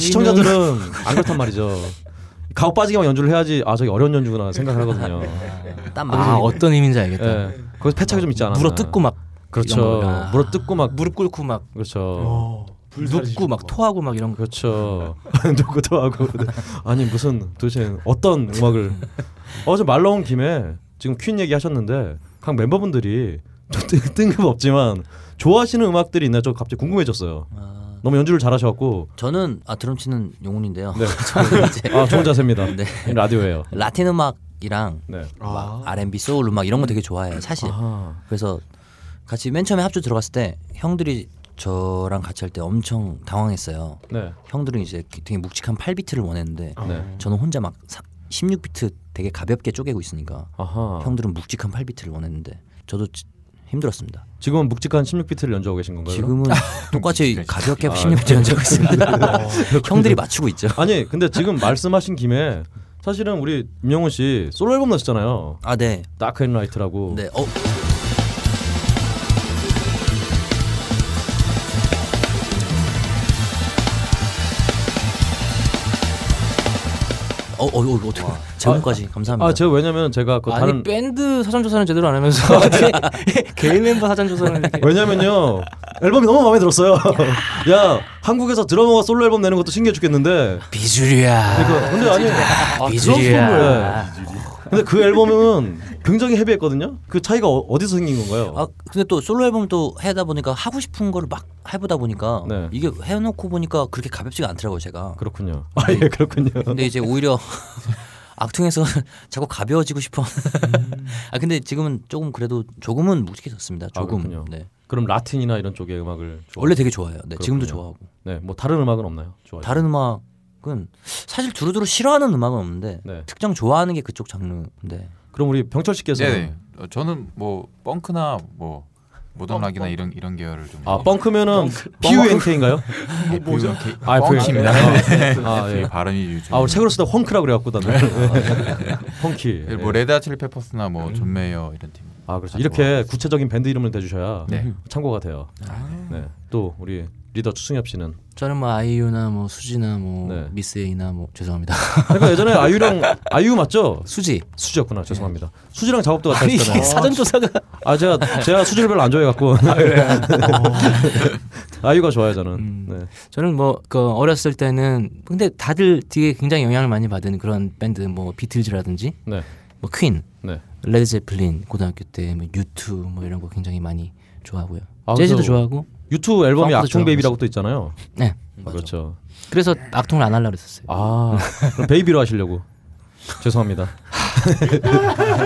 Speaker 3: 저희는-
Speaker 2: 시청자들은 안 그렇단 말이죠. 가오 빠지게만 연주를 해야지 아 저기 어려운 연주구나
Speaker 3: (laughs)
Speaker 2: 생각을 하거든요.
Speaker 4: 땀
Speaker 3: 아
Speaker 4: 막.
Speaker 3: 어떤 의미인지 알겠다.
Speaker 2: 예. 거기서 패착이 좀 있지
Speaker 1: 아,
Speaker 2: 않았나.
Speaker 3: 물어 뜯고 막 이런
Speaker 2: 그렇죠.
Speaker 3: 거. 아.
Speaker 2: 물어 뜯고 막
Speaker 3: 무릎 꿇고 막
Speaker 2: 그렇죠.
Speaker 1: 어,
Speaker 3: 눕고 막 토하고 막 이런 거.
Speaker 2: 그렇죠. (laughs) 누구도 하고 네. 아니 무슨 도대체 어떤 음악을 어제 말 나온 김에 지금 퀸 얘기하셨는데 각 멤버분들이 좀 뜬- 뜬금없지만 좋아하시는 음악들이 있나 요저 갑자기 궁금해졌어요.
Speaker 4: 아,
Speaker 2: 너무 연주를 잘하셔갖고
Speaker 4: 저는 아 드럼 치는 용훈인데요.
Speaker 2: 네.
Speaker 4: 저는 이제
Speaker 2: 아 좋은 자세입니다.
Speaker 4: 네.
Speaker 2: 라디오예요.
Speaker 4: 라틴 음악이랑
Speaker 2: 네.
Speaker 1: 아.
Speaker 4: R&B 소울 음악 이런 거 되게 좋아해요. 사실.
Speaker 2: 아,
Speaker 4: 그래서 같이 맨 처음에 합주 들어갔을 때 형들이 저랑 같이 할 때 엄청 당황했어요.
Speaker 2: 네.
Speaker 4: 형들은 이제 되게 묵직한 8비트를 원했는데
Speaker 2: 네.
Speaker 4: 저는 혼자 막 16비트 되게 가볍게 쪼개고 있으니까
Speaker 2: 아하.
Speaker 4: 형들은 묵직한 8비트를 원했는데 저도 지- 힘들었습니다.
Speaker 2: 지금은 묵직한 16비트를 연주하고 계신 건가요? (laughs)
Speaker 4: 지금은 똑같이 가볍게
Speaker 2: 아, 네.
Speaker 4: 16비트 연주하고 있습니다. (laughs) 형들이 맞추고 있죠.
Speaker 2: 아니 근데 지금 말씀하신 김에 사실은 우리 임영훈 씨 솔로 앨범 내셨잖아요.
Speaker 4: 아 네.
Speaker 2: 다크 앤 라이트라고.
Speaker 4: 네. 어, 어, 어, 어 어떻게 제목까지 감사합니다.
Speaker 2: 아 제가 왜냐면 제가 그
Speaker 3: 아니
Speaker 2: 다른
Speaker 3: 밴드 사전 조사는 제대로 안 하면서 (laughs) 어떻게 개인 멤버 사전 조사는 이렇게
Speaker 2: 왜냐면요 앨범이 너무 마음에 들었어요. (laughs) 야 한국에서 드러머가 솔로 앨범 내는 것도 신기해 죽겠는데.
Speaker 3: 비주류야.
Speaker 2: 그러니까 근데 아니 아,
Speaker 3: 비주류야.
Speaker 2: 드럼 솔로예요. 근데 그 앨범은 굉장히 헤비했거든요. 그 차이가 어, 디서 생긴 건가요?
Speaker 4: 아 근데 또 솔로 앨범 또 해다 보니까 하고 싶은 거를 막 해보다 보니까
Speaker 2: 네.
Speaker 4: 이게 해놓고 보니까 그렇게 가볍지가 않더라고요 제가.
Speaker 2: 그렇군요. 아 예 그렇군요.
Speaker 4: 근데 이제 오히려 (laughs) 악퉁에서 (laughs) 자꾸 가벼워지고 싶어. 아 근데 지금은 조금 그래도 조금은 묵직해졌습니다.
Speaker 2: 음. 아,
Speaker 4: 조금.
Speaker 2: 그렇군요.
Speaker 4: 네.
Speaker 2: 그럼 라틴이나 이런 쪽의 음악을 좋아-
Speaker 4: 원래 되게 좋아해요. 네, 지금도
Speaker 2: 그렇군요.
Speaker 4: 좋아하고.
Speaker 2: 네뭐 다른 음악은 없나요? 좋아요.
Speaker 4: 다른 음악은 사실 두루두루 싫어하는 음악은 없는데
Speaker 2: 네.
Speaker 4: 특정 좋아하는 게 그쪽 장르인데.
Speaker 2: 그럼 우리 병철 씨께서
Speaker 6: 네네. 어, 저는 뭐 펑크나 뭐 모던 락이나 이런 이런 계열을 좀. 네,
Speaker 2: 아 뻥크면은 B U N K인가요?
Speaker 6: 뭐죠?
Speaker 2: 아,
Speaker 6: 펑크입니다. (laughs) 네.
Speaker 2: 아 예.
Speaker 6: 발음이 요즘.
Speaker 2: 아 우리 책으로 쓰다 헝크라 그래갖고 나는 네. 헝키.
Speaker 6: 예, 뭐 레드 아칠리 페퍼스나 뭐 존 메이어 이런 팀.
Speaker 2: 아 그렇죠. 이렇게 구체적인 밴드 이름을 대주셔야
Speaker 6: 네.
Speaker 2: 참고가 돼요.
Speaker 3: 아.
Speaker 2: 네. 또 우리 리더 추승엽 씨는
Speaker 3: 저는 뭐 아이유나 뭐 수지나 뭐
Speaker 2: 네.
Speaker 3: 미스에이나 뭐 죄송합니다.
Speaker 2: 그러니까 예전에 아이유랑
Speaker 3: (laughs)
Speaker 2: 아이유 맞죠?
Speaker 3: 수지. 네.
Speaker 2: 수지였구나 죄송합니다. 수지랑 작업도 같이
Speaker 3: 아니 이게
Speaker 2: 했잖아요.
Speaker 3: 사전 조사가
Speaker 2: 아 제가 제가 수지를 별로 안 좋아해갖고 (laughs) 네. 아이유가 좋아요 저는.
Speaker 3: 음.
Speaker 2: 네.
Speaker 3: (laughs) 저는 뭐 그 어렸을 때는 근데 다들 되게 굉장히 영향을 많이 받은 그런 밴드 뭐 비틀즈라든지
Speaker 2: 네.
Speaker 3: 뭐 퀸,
Speaker 2: 네.
Speaker 3: 레드제플린 고등학교 때뭐 유튜 뭐 이런 거 굉장히 많이 좋아하고요.
Speaker 2: 아,
Speaker 3: 재즈도
Speaker 2: 그래서-
Speaker 3: 좋아하고.
Speaker 2: 유튜브 앨범이
Speaker 3: 펑크도
Speaker 2: 악동
Speaker 3: 좋아하고
Speaker 2: 베이비라고 또 있잖아요.
Speaker 3: 네.
Speaker 2: 아, 그렇죠.
Speaker 3: 그래서 악통을 안 하려고 했었어요.
Speaker 2: 아 그럼 베이비로 하시려고 죄송합니다.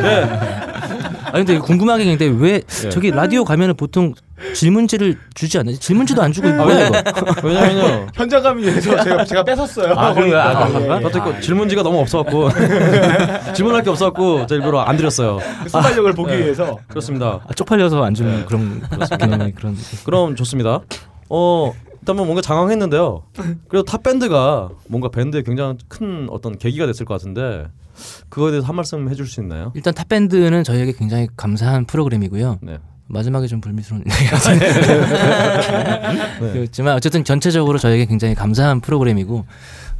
Speaker 3: 아 근데 궁금한 게 있는데 왜
Speaker 2: 예.
Speaker 3: 저기 라디오 가면은 보통 질문지를 주지 않나요? 질문지도 안 주고
Speaker 2: 아,
Speaker 3: 뭐야 이거?
Speaker 2: 왜냐, 왜냐면요.
Speaker 1: 현장감이 해서 제가 제가 뺏었어요.
Speaker 2: 아, 그런가요? 아,
Speaker 1: 예,
Speaker 2: 그런가?
Speaker 1: 예.
Speaker 2: 갑자기 그 질문지가 너무 없어갖고 (laughs) 질문할 게 없어갖고 제가 일부러 안 드렸어요.
Speaker 1: 그 순발력을 보기 위해서
Speaker 2: 그렇습니다.
Speaker 3: 아, 쪽팔려서 안 주는 그런 그런 그런
Speaker 2: 그럼 좋습니다. 어 일단은 뭔가 장황했는데요. 그래도 탑 밴드가 뭔가 밴드에 굉장히 큰 어떤 계기가 됐을 것 같은데 그거에 대해서 한 말씀 해줄 수 있나요?
Speaker 3: 일단 탑 밴드는 저희에게 굉장히 감사한 프로그램이고요.
Speaker 2: 네.
Speaker 3: 마지막에 좀 불미스러운 (laughs) 그렇지만 어쨌든 전체적으로 저에게 굉장히 감사한 프로그램이고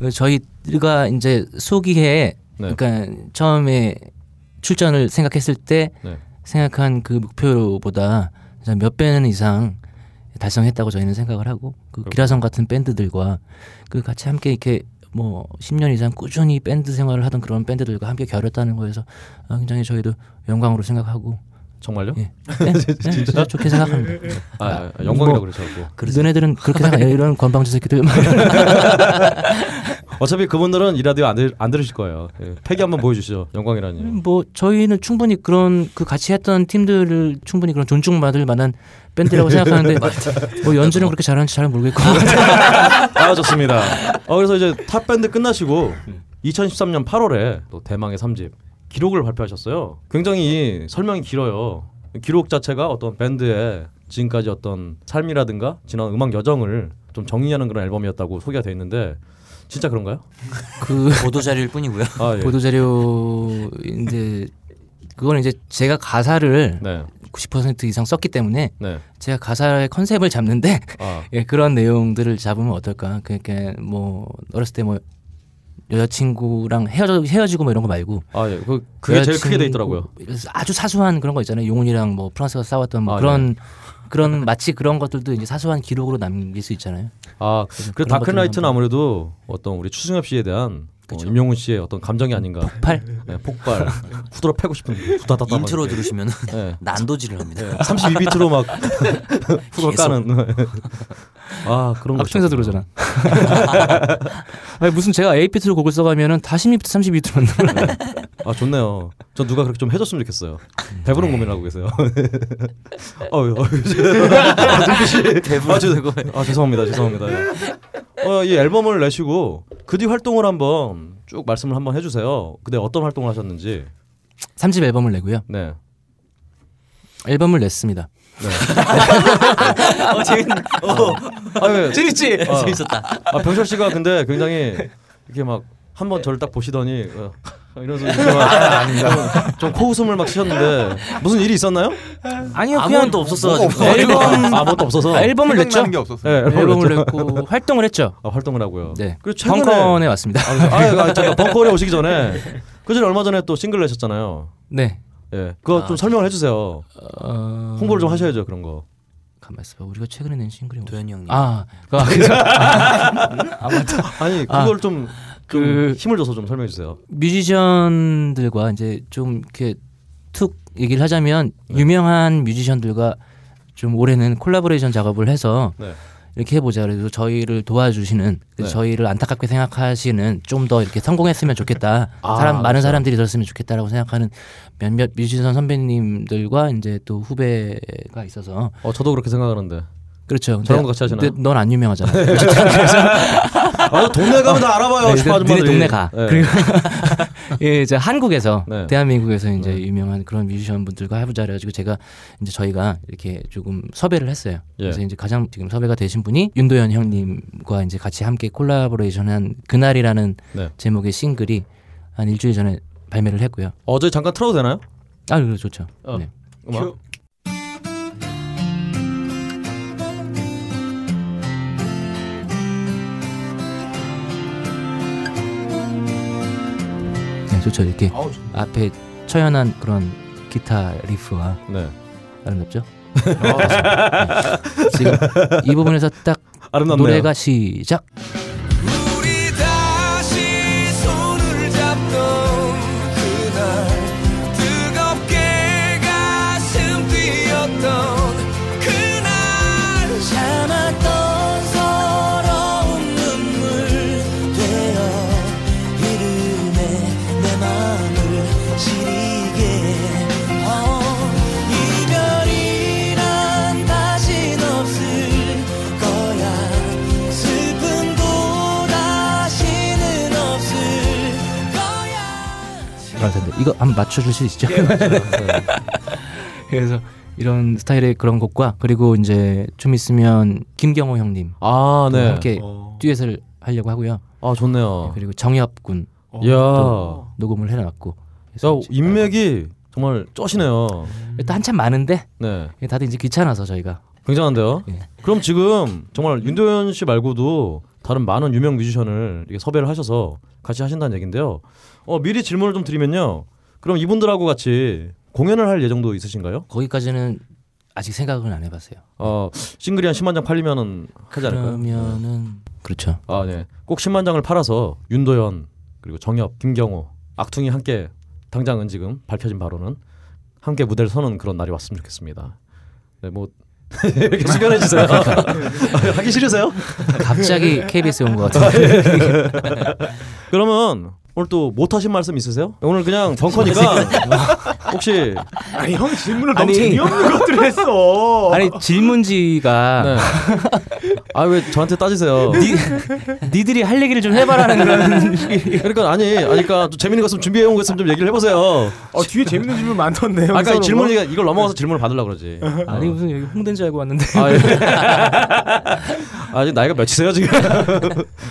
Speaker 3: 어, 저희가 이제 소기회에
Speaker 2: 네.
Speaker 3: 그러니까 처음에 출전을 생각했을 때
Speaker 2: 네.
Speaker 3: 생각한 그 목표보다 진짜 몇 배는 이상 달성했다고 저희는 생각을 하고 그 기라성 같은 밴드들과 그 같이 함께 이렇게 뭐 10년 이상 꾸준히 밴드 생활을 하던 그런 밴드들과 함께 겨뤘다는 거에서 아, 굉장히 저희도 영광으로 생각하고
Speaker 2: 정말요?
Speaker 3: 예. 네, 네, (laughs) 진짜 좋게 생각합니다.
Speaker 2: 아, 아, 영광이라고 그러셔 갖고.
Speaker 3: 그래서 너네들은 그렇게 생각 이런 건방지
Speaker 4: (laughs)
Speaker 3: 새끼들 막
Speaker 2: 어차피 그분들은 이 라디오 안, 들, 안 들으실 거예요. 예. 패기 한번 보여주시죠. 영광이라니.
Speaker 3: 뭐 저희는 충분히 그런 그 같이 했던 팀들을 충분히 그런 존중받을 만한 밴드라고
Speaker 4: 네. (laughs)
Speaker 3: 생각하는데 (laughs) (laughs) 뭐 연주는 그렇게 잘하는지 잘 모르겠고
Speaker 2: 아 좋습니다. 어, 그래서 이제 탑 밴드 끝나시고 2013년 8월에 또 대망의 3집 기록을 발표하셨어요. 굉장히 이 설명이 길어요. 기록 자체가 어떤 밴드의 지금까지 어떤 삶이라든가 지난 음악 여정을 좀 정리하는 그런 앨범이었다고 소개가 돼 있는데 진짜 그런가요?
Speaker 3: (laughs) 그
Speaker 4: 보도 자료일 뿐이고요.
Speaker 2: 아 예.
Speaker 3: 보도 자료인데 그건 이제 제가 가사를
Speaker 2: 네.
Speaker 3: 90% 이상 썼기 때문에
Speaker 2: 네.
Speaker 3: 제가 가사의 컨셉을 잡는데 (laughs)
Speaker 2: 아.
Speaker 3: 예, 그런 내용들을 잡으면 어떨까? 그러니까 뭐 어렸을 때 뭐 여자친구랑 헤어져 헤어지고 뭐 이런 거 말고
Speaker 2: 아 예. 그 그게 제일 크게 돼 있더라고요.
Speaker 3: 여자친구- 아주 사소한 그런 거 있잖아요. 용훈이랑 뭐 프랑스가 싸웠던 뭐
Speaker 2: 아,
Speaker 3: 그런
Speaker 4: 네.
Speaker 3: 그런 마치 그런 것들도 이제 사소한 기록으로 남길 수 있잖아요.
Speaker 2: 아, 그
Speaker 3: 그런
Speaker 2: 다크나이트는
Speaker 3: 것들은
Speaker 2: 아무래도 어떤 우리 추승엽 씨에 대한 어,
Speaker 3: 그쵸.
Speaker 2: 임영웅 씨의 어떤 감정이 아닌가.
Speaker 3: 팔
Speaker 2: 네,
Speaker 3: (laughs)
Speaker 2: 폭발. 후드로 패고 싶은 후다다다.
Speaker 4: 인트로 들으시면
Speaker 2: (laughs) 네.
Speaker 4: 난도질을 합니다.
Speaker 3: (laughs)
Speaker 2: 32비트로 막 후드로
Speaker 4: 계속.
Speaker 2: 까는. (laughs) 아 그런 거.
Speaker 3: 악중에서 들어오잖아. (laughs) 아니, 무슨 제가 8비트로 곡을 써가면은 다 16비트, 32비트로 만나.
Speaker 2: 아 좋네요. 전 누가 그렇게 좀 해줬으면 좋겠어요. 배부른
Speaker 4: 네.
Speaker 2: 고민을 하고
Speaker 4: (laughs)
Speaker 2: 계세요. 어유
Speaker 4: 아, 대부분 거
Speaker 2: 아 죄송합니다 죄송합니다 예. 어, 이 앨범을 내시고 그 뒤 활동을 한번 쭉 말씀을 한번 해주세요 근데 어떤 활동을 하셨는지
Speaker 3: 3집 앨범을 내고요.
Speaker 2: 네
Speaker 3: 앨범을 냈습니다.
Speaker 4: 어, 재밌네. 어,
Speaker 2: 아, 예.
Speaker 4: (laughs) 재밌지?
Speaker 2: 어.
Speaker 4: 재밌었다.
Speaker 2: 아, 병철 씨가 근데 굉장히 이렇게 막 한번 저를 딱 보시더니 어, 이런 소리
Speaker 4: 아,
Speaker 2: 좀, 좀 코웃음을 막 치셨는데 무슨 일이 있었나요?
Speaker 3: 아니요,
Speaker 4: 아무것도 없었어가지고.
Speaker 2: 앨범 아무것도 없어서
Speaker 3: 아, 앨범을 냈죠.
Speaker 6: 생각나는 게 없었어요.
Speaker 2: 네, 앨범을
Speaker 3: 앨범을
Speaker 2: 냈죠.
Speaker 3: 냈고 활동을 했죠.
Speaker 2: 아, 활동을 하고요.
Speaker 3: 네.
Speaker 2: 그리고 최근에
Speaker 3: 벙커에 왔습니다.
Speaker 2: 아, 아, 아, 잠깐 벙커에 오시기 전에 그 전에 얼마 전에 또 싱글 내셨잖아요.
Speaker 3: 네.
Speaker 2: 예, 그거 좀 설명을 해주세요.
Speaker 3: 어...
Speaker 2: 홍보를 좀 하셔야죠 그런 거.
Speaker 3: 가만 있어봐. 우리가 최근에 낸 싱글이 뭐지?
Speaker 4: 도현이 형님.
Speaker 3: 아, 그, 아, 그죠.
Speaker 2: 아니 그걸 좀, 좀
Speaker 3: 그-
Speaker 2: 힘을 줘서 좀 설명해 주세요.
Speaker 3: 뮤지션들과 이제 좀 이렇게 툭 얘기를 하자면
Speaker 2: 네.
Speaker 3: 유명한 뮤지션들과 좀 올해는 콜라보레이션 작업을 해서
Speaker 2: 네.
Speaker 3: 이렇게 해보자. 그래서 저희를 도와주시는, 그래서
Speaker 2: 네.
Speaker 3: 저희를 안타깝게 생각하시는 좀 더 이렇게 성공했으면 좋겠다.
Speaker 2: 아,
Speaker 3: 사람 많은
Speaker 2: 그렇죠.
Speaker 3: 사람들이 들었으면 좋겠다라고 생각하는 몇몇 뮤지션 선배님들과 이제 또 후배가 있어서
Speaker 2: 어, 저도 그렇게 생각하는데.
Speaker 3: 그렇죠. 근데-
Speaker 2: 저랑도 같이 하시나요?
Speaker 3: 근데 넌 안 유명하잖아.
Speaker 2: 아, 동네 가면 다 알아봐요.
Speaker 3: 네,
Speaker 2: 슈퍼
Speaker 3: 너-
Speaker 2: 아줌마들이.
Speaker 3: 너네 동네 가.
Speaker 2: 네.
Speaker 3: 그리고 (laughs) 예, 이제 한국에서
Speaker 2: 네.
Speaker 3: 대한민국에서 이제 유명한 그런 뮤지션 분들과 해보자 그래가지고 제가 이제 저희가 이렇게 조금 섭외를 했어요.
Speaker 2: 예.
Speaker 3: 그래서 이제 가장 지금 섭외가 되신 분이 윤도현 형님과 이제 같이 함께 콜라보레이션한 그날이라는
Speaker 2: 네.
Speaker 3: 제목의 싱글이 한 일주일 전에 발매를 했고요.
Speaker 2: 어제 잠깐 틀어도 되나요?
Speaker 3: 아, 그래, 좋죠.
Speaker 2: 어.
Speaker 3: 네.
Speaker 2: 음악.
Speaker 3: 네, 좋죠. 이렇게
Speaker 6: 아우,
Speaker 3: 앞에 처연한 그런 기타 리프와
Speaker 2: 네.
Speaker 3: (laughs) 아름답죠? 네. 지금 이 부분에서 딱
Speaker 2: 아름답네요.
Speaker 3: 노래가 시작.
Speaker 7: 우리 다시 손을 잡던 그날 뜨겁게 가슴 뛰었던 그날 참았던 서러운 눈물 되어 이름에 내 마음을 시리게 어, 이별이란 다신 없을 거야 슬픔도 다시는 없을 거야
Speaker 3: 감사합니다. 이거 한번 예, 맞춰줄 수 있죠? (laughs) 네. 그래서 이런 스타일의 그런 곡과 그리고 이제 좀 있으면 김경호 형님
Speaker 2: 아, 네.
Speaker 3: 함께
Speaker 1: 어.
Speaker 3: 듀엣을 하려고 하고요.
Speaker 2: 아,
Speaker 3: 어.
Speaker 2: 좋네요.
Speaker 3: 그리고 정엽군
Speaker 2: 야.
Speaker 3: 또 녹음을 해놨고.
Speaker 2: 야,
Speaker 3: 그래서 지금
Speaker 2: 인맥이 정말 쩌시네요.
Speaker 3: 또 한참 많은데
Speaker 2: 네,
Speaker 3: 예, 다들 이제 귀찮아서 저희가
Speaker 2: 굉장한데요.
Speaker 3: 예.
Speaker 2: 그럼 지금 정말 윤도현 씨 말고도 다른 많은 유명 뮤지션을 이렇게 섭외를 하셔서 같이 하신다는 얘긴데요. 어, 미리 질문을 좀 드리면요. 그럼 이분들하고 같이 공연을 할 예정도 있으신가요?
Speaker 3: 거기까지는 아직 생각을 안 해봤어요.
Speaker 2: 어, 싱글이 한 10만 장 팔리면은 하지 않을까요?
Speaker 3: 그러면은 그렇죠.
Speaker 2: 아, 네. 꼭 10만 장을 팔아서 윤도현 그리고 정엽, 김경호, 악퉁이 함께 당장은 지금 밝혀진 바로는 함께 무대를 서는 그런 날이 왔으면 좋겠습니다. 네, 뭐 (laughs) 이렇게 숙연해 주세요. (laughs) 하기 싫으세요?
Speaker 3: (laughs) 갑자기 KBS에 온 것 같은데
Speaker 2: 그러면 오늘 또못 하신 말씀 있으세요? 오늘 그냥 (laughs) 벙커니까 혹시
Speaker 1: 아니 형 질문을
Speaker 3: 아니.
Speaker 1: 너무 (laughs) 재미없는 것들을 했어.
Speaker 3: 아니 질문지가
Speaker 2: 아 왜 저한테 따지세요?
Speaker 3: 니들이 할 얘기를 좀 해봐라는 (laughs) 그런
Speaker 2: 그러니까 아니, 아니 그러니까 좀 재밌는 것좀 준비해 온 것 있으면 좀 얘기를 해보세요. 뭐?
Speaker 1: 어, 뒤에 재밌는 질문 많던데요.
Speaker 2: 아까
Speaker 1: 서로.
Speaker 2: 이 질문 얘기가 이걸 넘어가서 질문을 받으려 고 그러지.
Speaker 3: 아니 무슨 여기 홍대인 줄 알고 왔는데
Speaker 2: 아, 예. (laughs) 아, 지금 나이가 몇이세요 지금?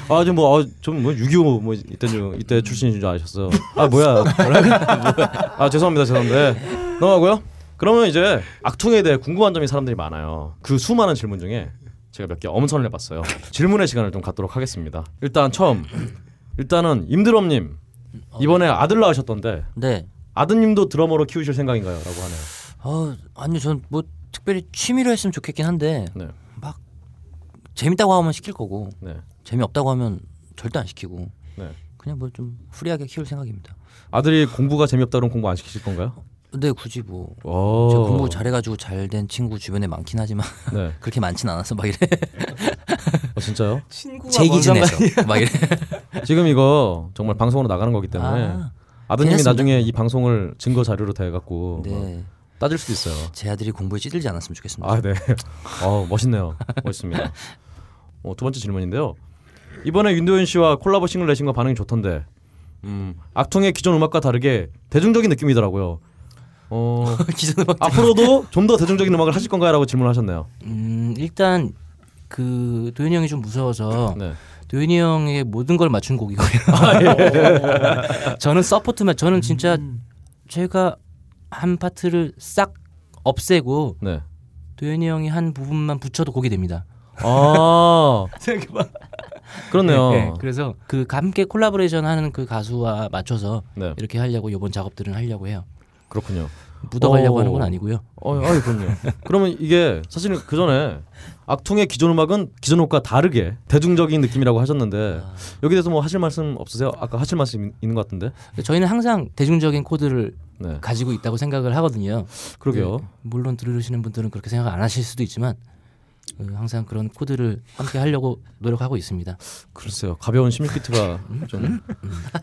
Speaker 2: 아, 지금 뭐, 아, 좀뭐6.25 뭐 이때 중 이때 출신인 줄 아셨어. 아, 뭐야? (laughs) 뭐야. 아, 죄송합니다, 죄송한데 넘어가고요. 그러면 이제 악퉁에 대해 궁금한 점이 사람들이 많아요. 그 수많은 질문 중에 제가 몇 개 엄선을 해봤어요. 질문의 시간을 좀 갖도록 하겠습니다. 일단 처음, 일단은 임드럼님 이번에 아들 낳으셨던데
Speaker 4: 네.
Speaker 2: 아드님도 드러머로 키우실 생각인가요?라고 하네요.
Speaker 4: 어, 아니요. 전 뭐 특별히 취미로 했으면 좋겠긴 한데
Speaker 2: 네,
Speaker 4: 재밌다고 하면 시킬 거고
Speaker 2: 네.
Speaker 4: 재미없다고 하면 절대 안 시키고
Speaker 2: 네.
Speaker 4: 그냥 뭐 좀 프리하게 키울 생각입니다.
Speaker 2: 아들이 공부가 재미없다 그러면 공부 안 시키실 건가요?
Speaker 4: 근데 굳이 뭐
Speaker 2: 오.
Speaker 4: 제가 공부 잘해가지고 잘 된 친구 주변에 많긴 하지만 (laughs)
Speaker 2: 네.
Speaker 4: 그렇게 많진 않아서 막 이래
Speaker 2: 어, 진짜요?
Speaker 4: 제 기준에서 막 이래
Speaker 2: 지금 이거 정말 방송으로 나가는 거기 때문에
Speaker 4: 아,
Speaker 2: 아, 드님이
Speaker 4: 괜찮습니다.
Speaker 2: 나중에 이 방송을 증거 자료로 대 갖고 뭐
Speaker 4: 네. 음.
Speaker 2: 따질 수도 있어요.
Speaker 4: 제 아들이 공부에 찌들지 않았으면 좋겠습니다.
Speaker 2: 아, 네. 어, 멋있네요. 멋있습니다. 어, 두 번째 질문인데요. 이번에 윤도현 씨와 콜라보 싱글 내신 거 반응이 좋던데. 음, 악통의 기존 음악과 다르게 대중적인 느낌이더라고요. 어,
Speaker 4: (laughs) 기존음악
Speaker 2: 앞으로도 좀 더 대중적인 음악을 하실 건가요라고 질문하셨네요.
Speaker 3: 음 일단 그 도현이 형이 좀 무서워서
Speaker 2: 네.
Speaker 3: 도현이 형의 모든 걸 맞춘 곡이고요. (laughs) 저는 서포트만 저는 진짜 제가 한 파트를 싹 없애고
Speaker 2: 네.
Speaker 3: 도현이 형이 한 부분만 붙여도 곡이 됩니다.
Speaker 4: (laughs)
Speaker 2: 아. 그렇네요.
Speaker 3: 네, 그래서 그 함께 콜라보레이션 하는 그 가수와 맞춰서
Speaker 2: 네.
Speaker 3: 이렇게 하려고 이번 작업들은 하려고 해요.
Speaker 2: 그렇군요.
Speaker 3: 묻어가려고
Speaker 2: 오.
Speaker 3: 하는 건 아니고요.
Speaker 2: 어, 아유, 그럼요. 그러면 이게 사실은 그 전에 악통의 기존 음악은 기존 음악과 다르게 대중적인 느낌이라고 하셨는데
Speaker 3: 아.
Speaker 2: 여기 대해서 뭐 하실 말씀 없으세요? 아까 하실 말씀 있- 있는 것 같은데.
Speaker 3: 저희는 항상 대중적인 코드를
Speaker 2: 네.
Speaker 3: 가지고 있다고 생각을 하거든요. 예.
Speaker 2: 그러게요.
Speaker 3: 네. 물론 들으시는 분들은 그렇게 생각 안 하실 수도 있지만 어, 항상 그런 코드를 함께 하려고 노력하고 있습니다.
Speaker 2: 글쎄요. 가벼운
Speaker 3: 음.
Speaker 2: 16비트가 좀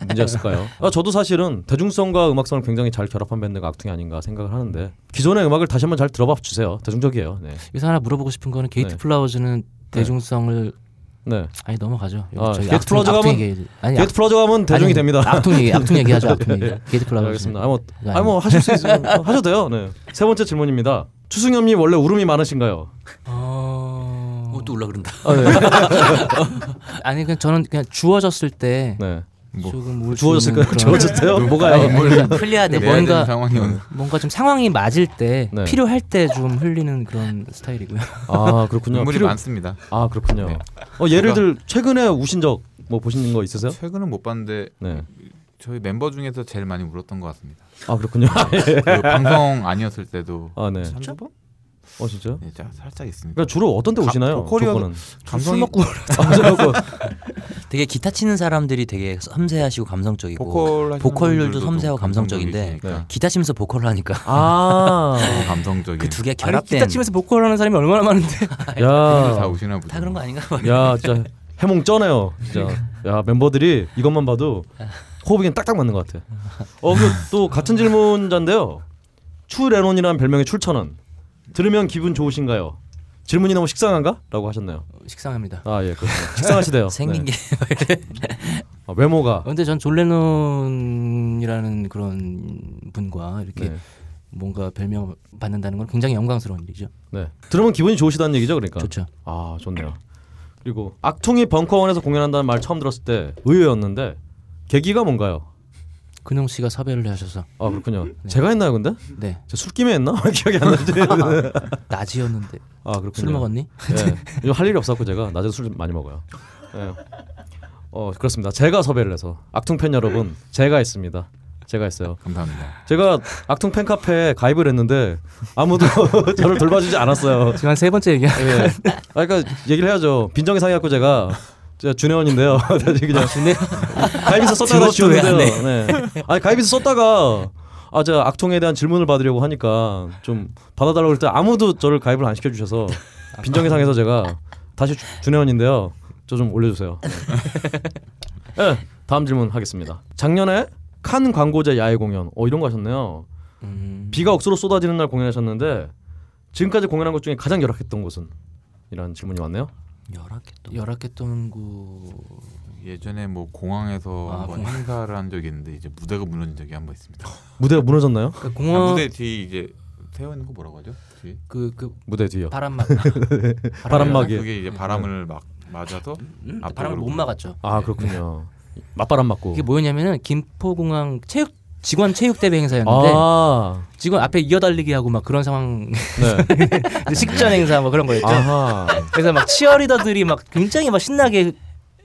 Speaker 2: 문제였을까요? 아, 저도 사실은 대중성과 음악성을 굉장히 잘 결합한 밴드가 악통이 아닌가 생각을 하는데 기존의 음악을 다시 한번 잘 들어봐 주세요. 대중적이에요. 네.
Speaker 3: 여기서 하나 물어보고 싶은 거는 게이트
Speaker 2: 네.
Speaker 3: 플라워즈는 대중성을
Speaker 2: 네.
Speaker 3: 아니 넘어가죠. 여기
Speaker 2: 아,
Speaker 3: 저희
Speaker 2: 게이트
Speaker 3: 악퉁-
Speaker 2: 플라워즈가
Speaker 3: 악퉁
Speaker 2: 하면-
Speaker 3: 얘기- 아니
Speaker 2: 게이트 플라워즈 가면 대중이
Speaker 3: 아니,
Speaker 2: 됩니다.
Speaker 3: 악퉁 얘기 악퉁 얘기하죠. 악퉁 얘기. 게이트 플라워즈.
Speaker 2: (laughs) 알겠습니다. 아, 뭐,
Speaker 3: 그거
Speaker 2: 아, 뭐 하실 수 있으면 하셔도 돼요. 네. 세 번째 질문입니다. 추승엽님 원래 울음이 많으신가요?
Speaker 4: 어, 또 올라 그런다. (laughs)
Speaker 2: 아, 네.
Speaker 3: 아니 그냥 저는 그냥 주어졌을 때
Speaker 2: 네.
Speaker 6: 뭐.
Speaker 3: 조금 울수 (laughs)
Speaker 2: 주어졌을까요?
Speaker 3: 있는 그런-
Speaker 2: 주어졌어요?
Speaker 3: 아니,
Speaker 2: 뭐가요?
Speaker 3: 아니, 그러니까
Speaker 4: 흘려야 돼.
Speaker 3: 네.
Speaker 6: 내야 되는
Speaker 3: 뭔가-
Speaker 6: 상황이 오는.
Speaker 3: 뭔가 좀 상황이 맞을 때
Speaker 2: 네.
Speaker 3: 필요할 때 좀 흘리는 그런 (laughs) 스타일이고요.
Speaker 2: 아 그렇군요.
Speaker 6: 눈물이
Speaker 2: 필요-
Speaker 6: 많습니다.
Speaker 2: 아 그렇군요.
Speaker 6: 네.
Speaker 2: 어, 예를 들 최근에 우신 적 뭐 보신 거 있으세요?
Speaker 6: 최근은 못 봤는데
Speaker 2: 네.
Speaker 6: 저희 멤버 중에서 제일 많이 울었던 것 같습니다.
Speaker 2: 아 그렇군요.
Speaker 6: 그 방송 아니었을 때도
Speaker 2: 아 네.
Speaker 6: 한두 번?
Speaker 2: 어 진짜요?
Speaker 6: 네, 자, 살짝 있습니다.
Speaker 2: 그러니까 주로 어떤 때
Speaker 6: 가- 뭐,
Speaker 2: 오시나요?
Speaker 6: 보컬이어도-
Speaker 2: 조건은.
Speaker 6: 감성이
Speaker 2: 아, 술
Speaker 6: (laughs)
Speaker 2: 먹고.
Speaker 4: 되게 기타 치는 사람들이 되게 섬세하시고 감성적이고
Speaker 6: 보컬 하시는
Speaker 4: 보컬률도
Speaker 6: 분들도
Speaker 4: 섬세하고
Speaker 6: 또
Speaker 4: 감성적인데
Speaker 6: 감성적이시니까.
Speaker 4: 기타 치면서 보컬을 하니까
Speaker 2: 아.
Speaker 6: 너무 감성적인
Speaker 4: 그 두 개
Speaker 3: 아니
Speaker 4: 결합된
Speaker 3: 기타 치면서 보컬 하는 사람이 얼마나 많은데 (laughs)
Speaker 6: 분들 다
Speaker 2: 야.
Speaker 6: 오시나 보죠.
Speaker 4: 다 그런 거 아닌가 (laughs) 봐.
Speaker 2: 야 진짜 해몽 쩌네요. 진짜. 야 멤버들이 이것만 봐도 호흡이 그냥 딱딱 맞는 것 같아. 어또 같은 질문자인데요. 추레논이라는 별명의 출천은 들으면 기분 좋으신가요? 질문이 너무 식상한가?라고 하셨나요.
Speaker 3: 어, 식상합니다.
Speaker 2: 아 예, 그렇습니다. 식상하시대요.
Speaker 4: (laughs) 생긴
Speaker 2: 네.
Speaker 4: 게
Speaker 2: (laughs) 아, 외모가
Speaker 3: 근데 전 졸레논이라는 그런 분과 이렇게
Speaker 2: 네.
Speaker 3: 뭔가 별명 받는다는 건 굉장히 영광스러운 일이죠.
Speaker 2: 네. 들으면 기분이 좋으시다는 얘기죠, 그러니까.
Speaker 3: 좋죠.
Speaker 2: 아 좋네요. 그리고 악퉁이 벙커원에서 공연한다는 말 처음 들었을 때 의외였는데 계기가 뭔가요?
Speaker 3: 근홍 씨가 섭외를 하셔서
Speaker 2: 아 그렇군요. 제가 했나요, 근데?
Speaker 3: 음? 네
Speaker 2: 제가 술김에 했나? (laughs) 기억이 안 나지.
Speaker 3: (laughs) 낮이었는데
Speaker 2: 아 그렇군요.
Speaker 3: 술 먹었니? (laughs)
Speaker 2: 예. 요즘 할 일이 없었고 제가 낮에 술 많이 먹어요. 예. 어 그렇습니다. 제가 섭외를 해서 악퉁 팬 여러분 제가 했습니다. 제가 했어요.
Speaker 6: 감사합니다.
Speaker 2: 제가 악퉁 팬 카페에 가입을 했는데 아무도 (laughs) 저를 돌봐주지 않았어요.
Speaker 3: 지금 한 세 번째 얘기야.
Speaker 2: 예. (laughs) 아 그러니까 얘기를 해야죠. 빈정이 상해갖고 제가 제가 준회원인데요. (laughs) 다시 그냥 가입비서 썼다가
Speaker 4: 등록도
Speaker 2: 지웠는데요.
Speaker 4: 왜안
Speaker 2: 네. 아니 가입비서 썼다가 아 제가 악통에 대한 질문을 받으려고 하니까 좀 받아달라고 그랬더니 아무도 저를 가입을 안 시켜주셔서 빈정이 상해서 제가 다시 주- 준회원인데요. 저 좀 올려주세요. 네. 다음 질문 하겠습니다. 작년에 칸 광고제 야외 공연 어 이런 거 하셨네요.
Speaker 3: 음,
Speaker 2: 비가 억수로 쏟아지는 날 공연하셨는데 지금까지 공연한 것 중에 가장 열악했던 곳은? 이라는 질문이 왔네요.
Speaker 4: 열악했던
Speaker 3: 열악했던 곳
Speaker 6: 예전에 뭐 공항에서
Speaker 3: 아,
Speaker 6: 한번
Speaker 3: 공항.
Speaker 6: 행사를 한 적이 있는데 이제 무대가 무너진 적이 한 번 있습니다.
Speaker 2: 무대가 무너졌나요?
Speaker 3: 그러니까
Speaker 6: 아,
Speaker 3: 공원
Speaker 6: 무대 뒤 이제 세워 있는 거 뭐라고 하죠? 뒤에?
Speaker 3: 그, 그
Speaker 2: 무대 뒤요.
Speaker 3: 바람막
Speaker 2: 바람막이.
Speaker 6: 그게 이제 바람을 막 맞아서 앞으로
Speaker 3: 바람을 못
Speaker 6: 그러고.
Speaker 3: 막았죠.
Speaker 2: 아 그렇군요. 맞바람 맞고.
Speaker 3: 이게 뭐였냐면은 김포공항 체육 직원 체육 대회 행사였는데
Speaker 2: 아,
Speaker 3: 직원 앞에 이어달리기 하고 막 그런 상황 (laughs)
Speaker 2: 네.
Speaker 3: 식전 행사 뭐 그런 거였죠.
Speaker 2: 아하.
Speaker 3: 그래서 막 치어리더들이 막 굉장히 막 신나게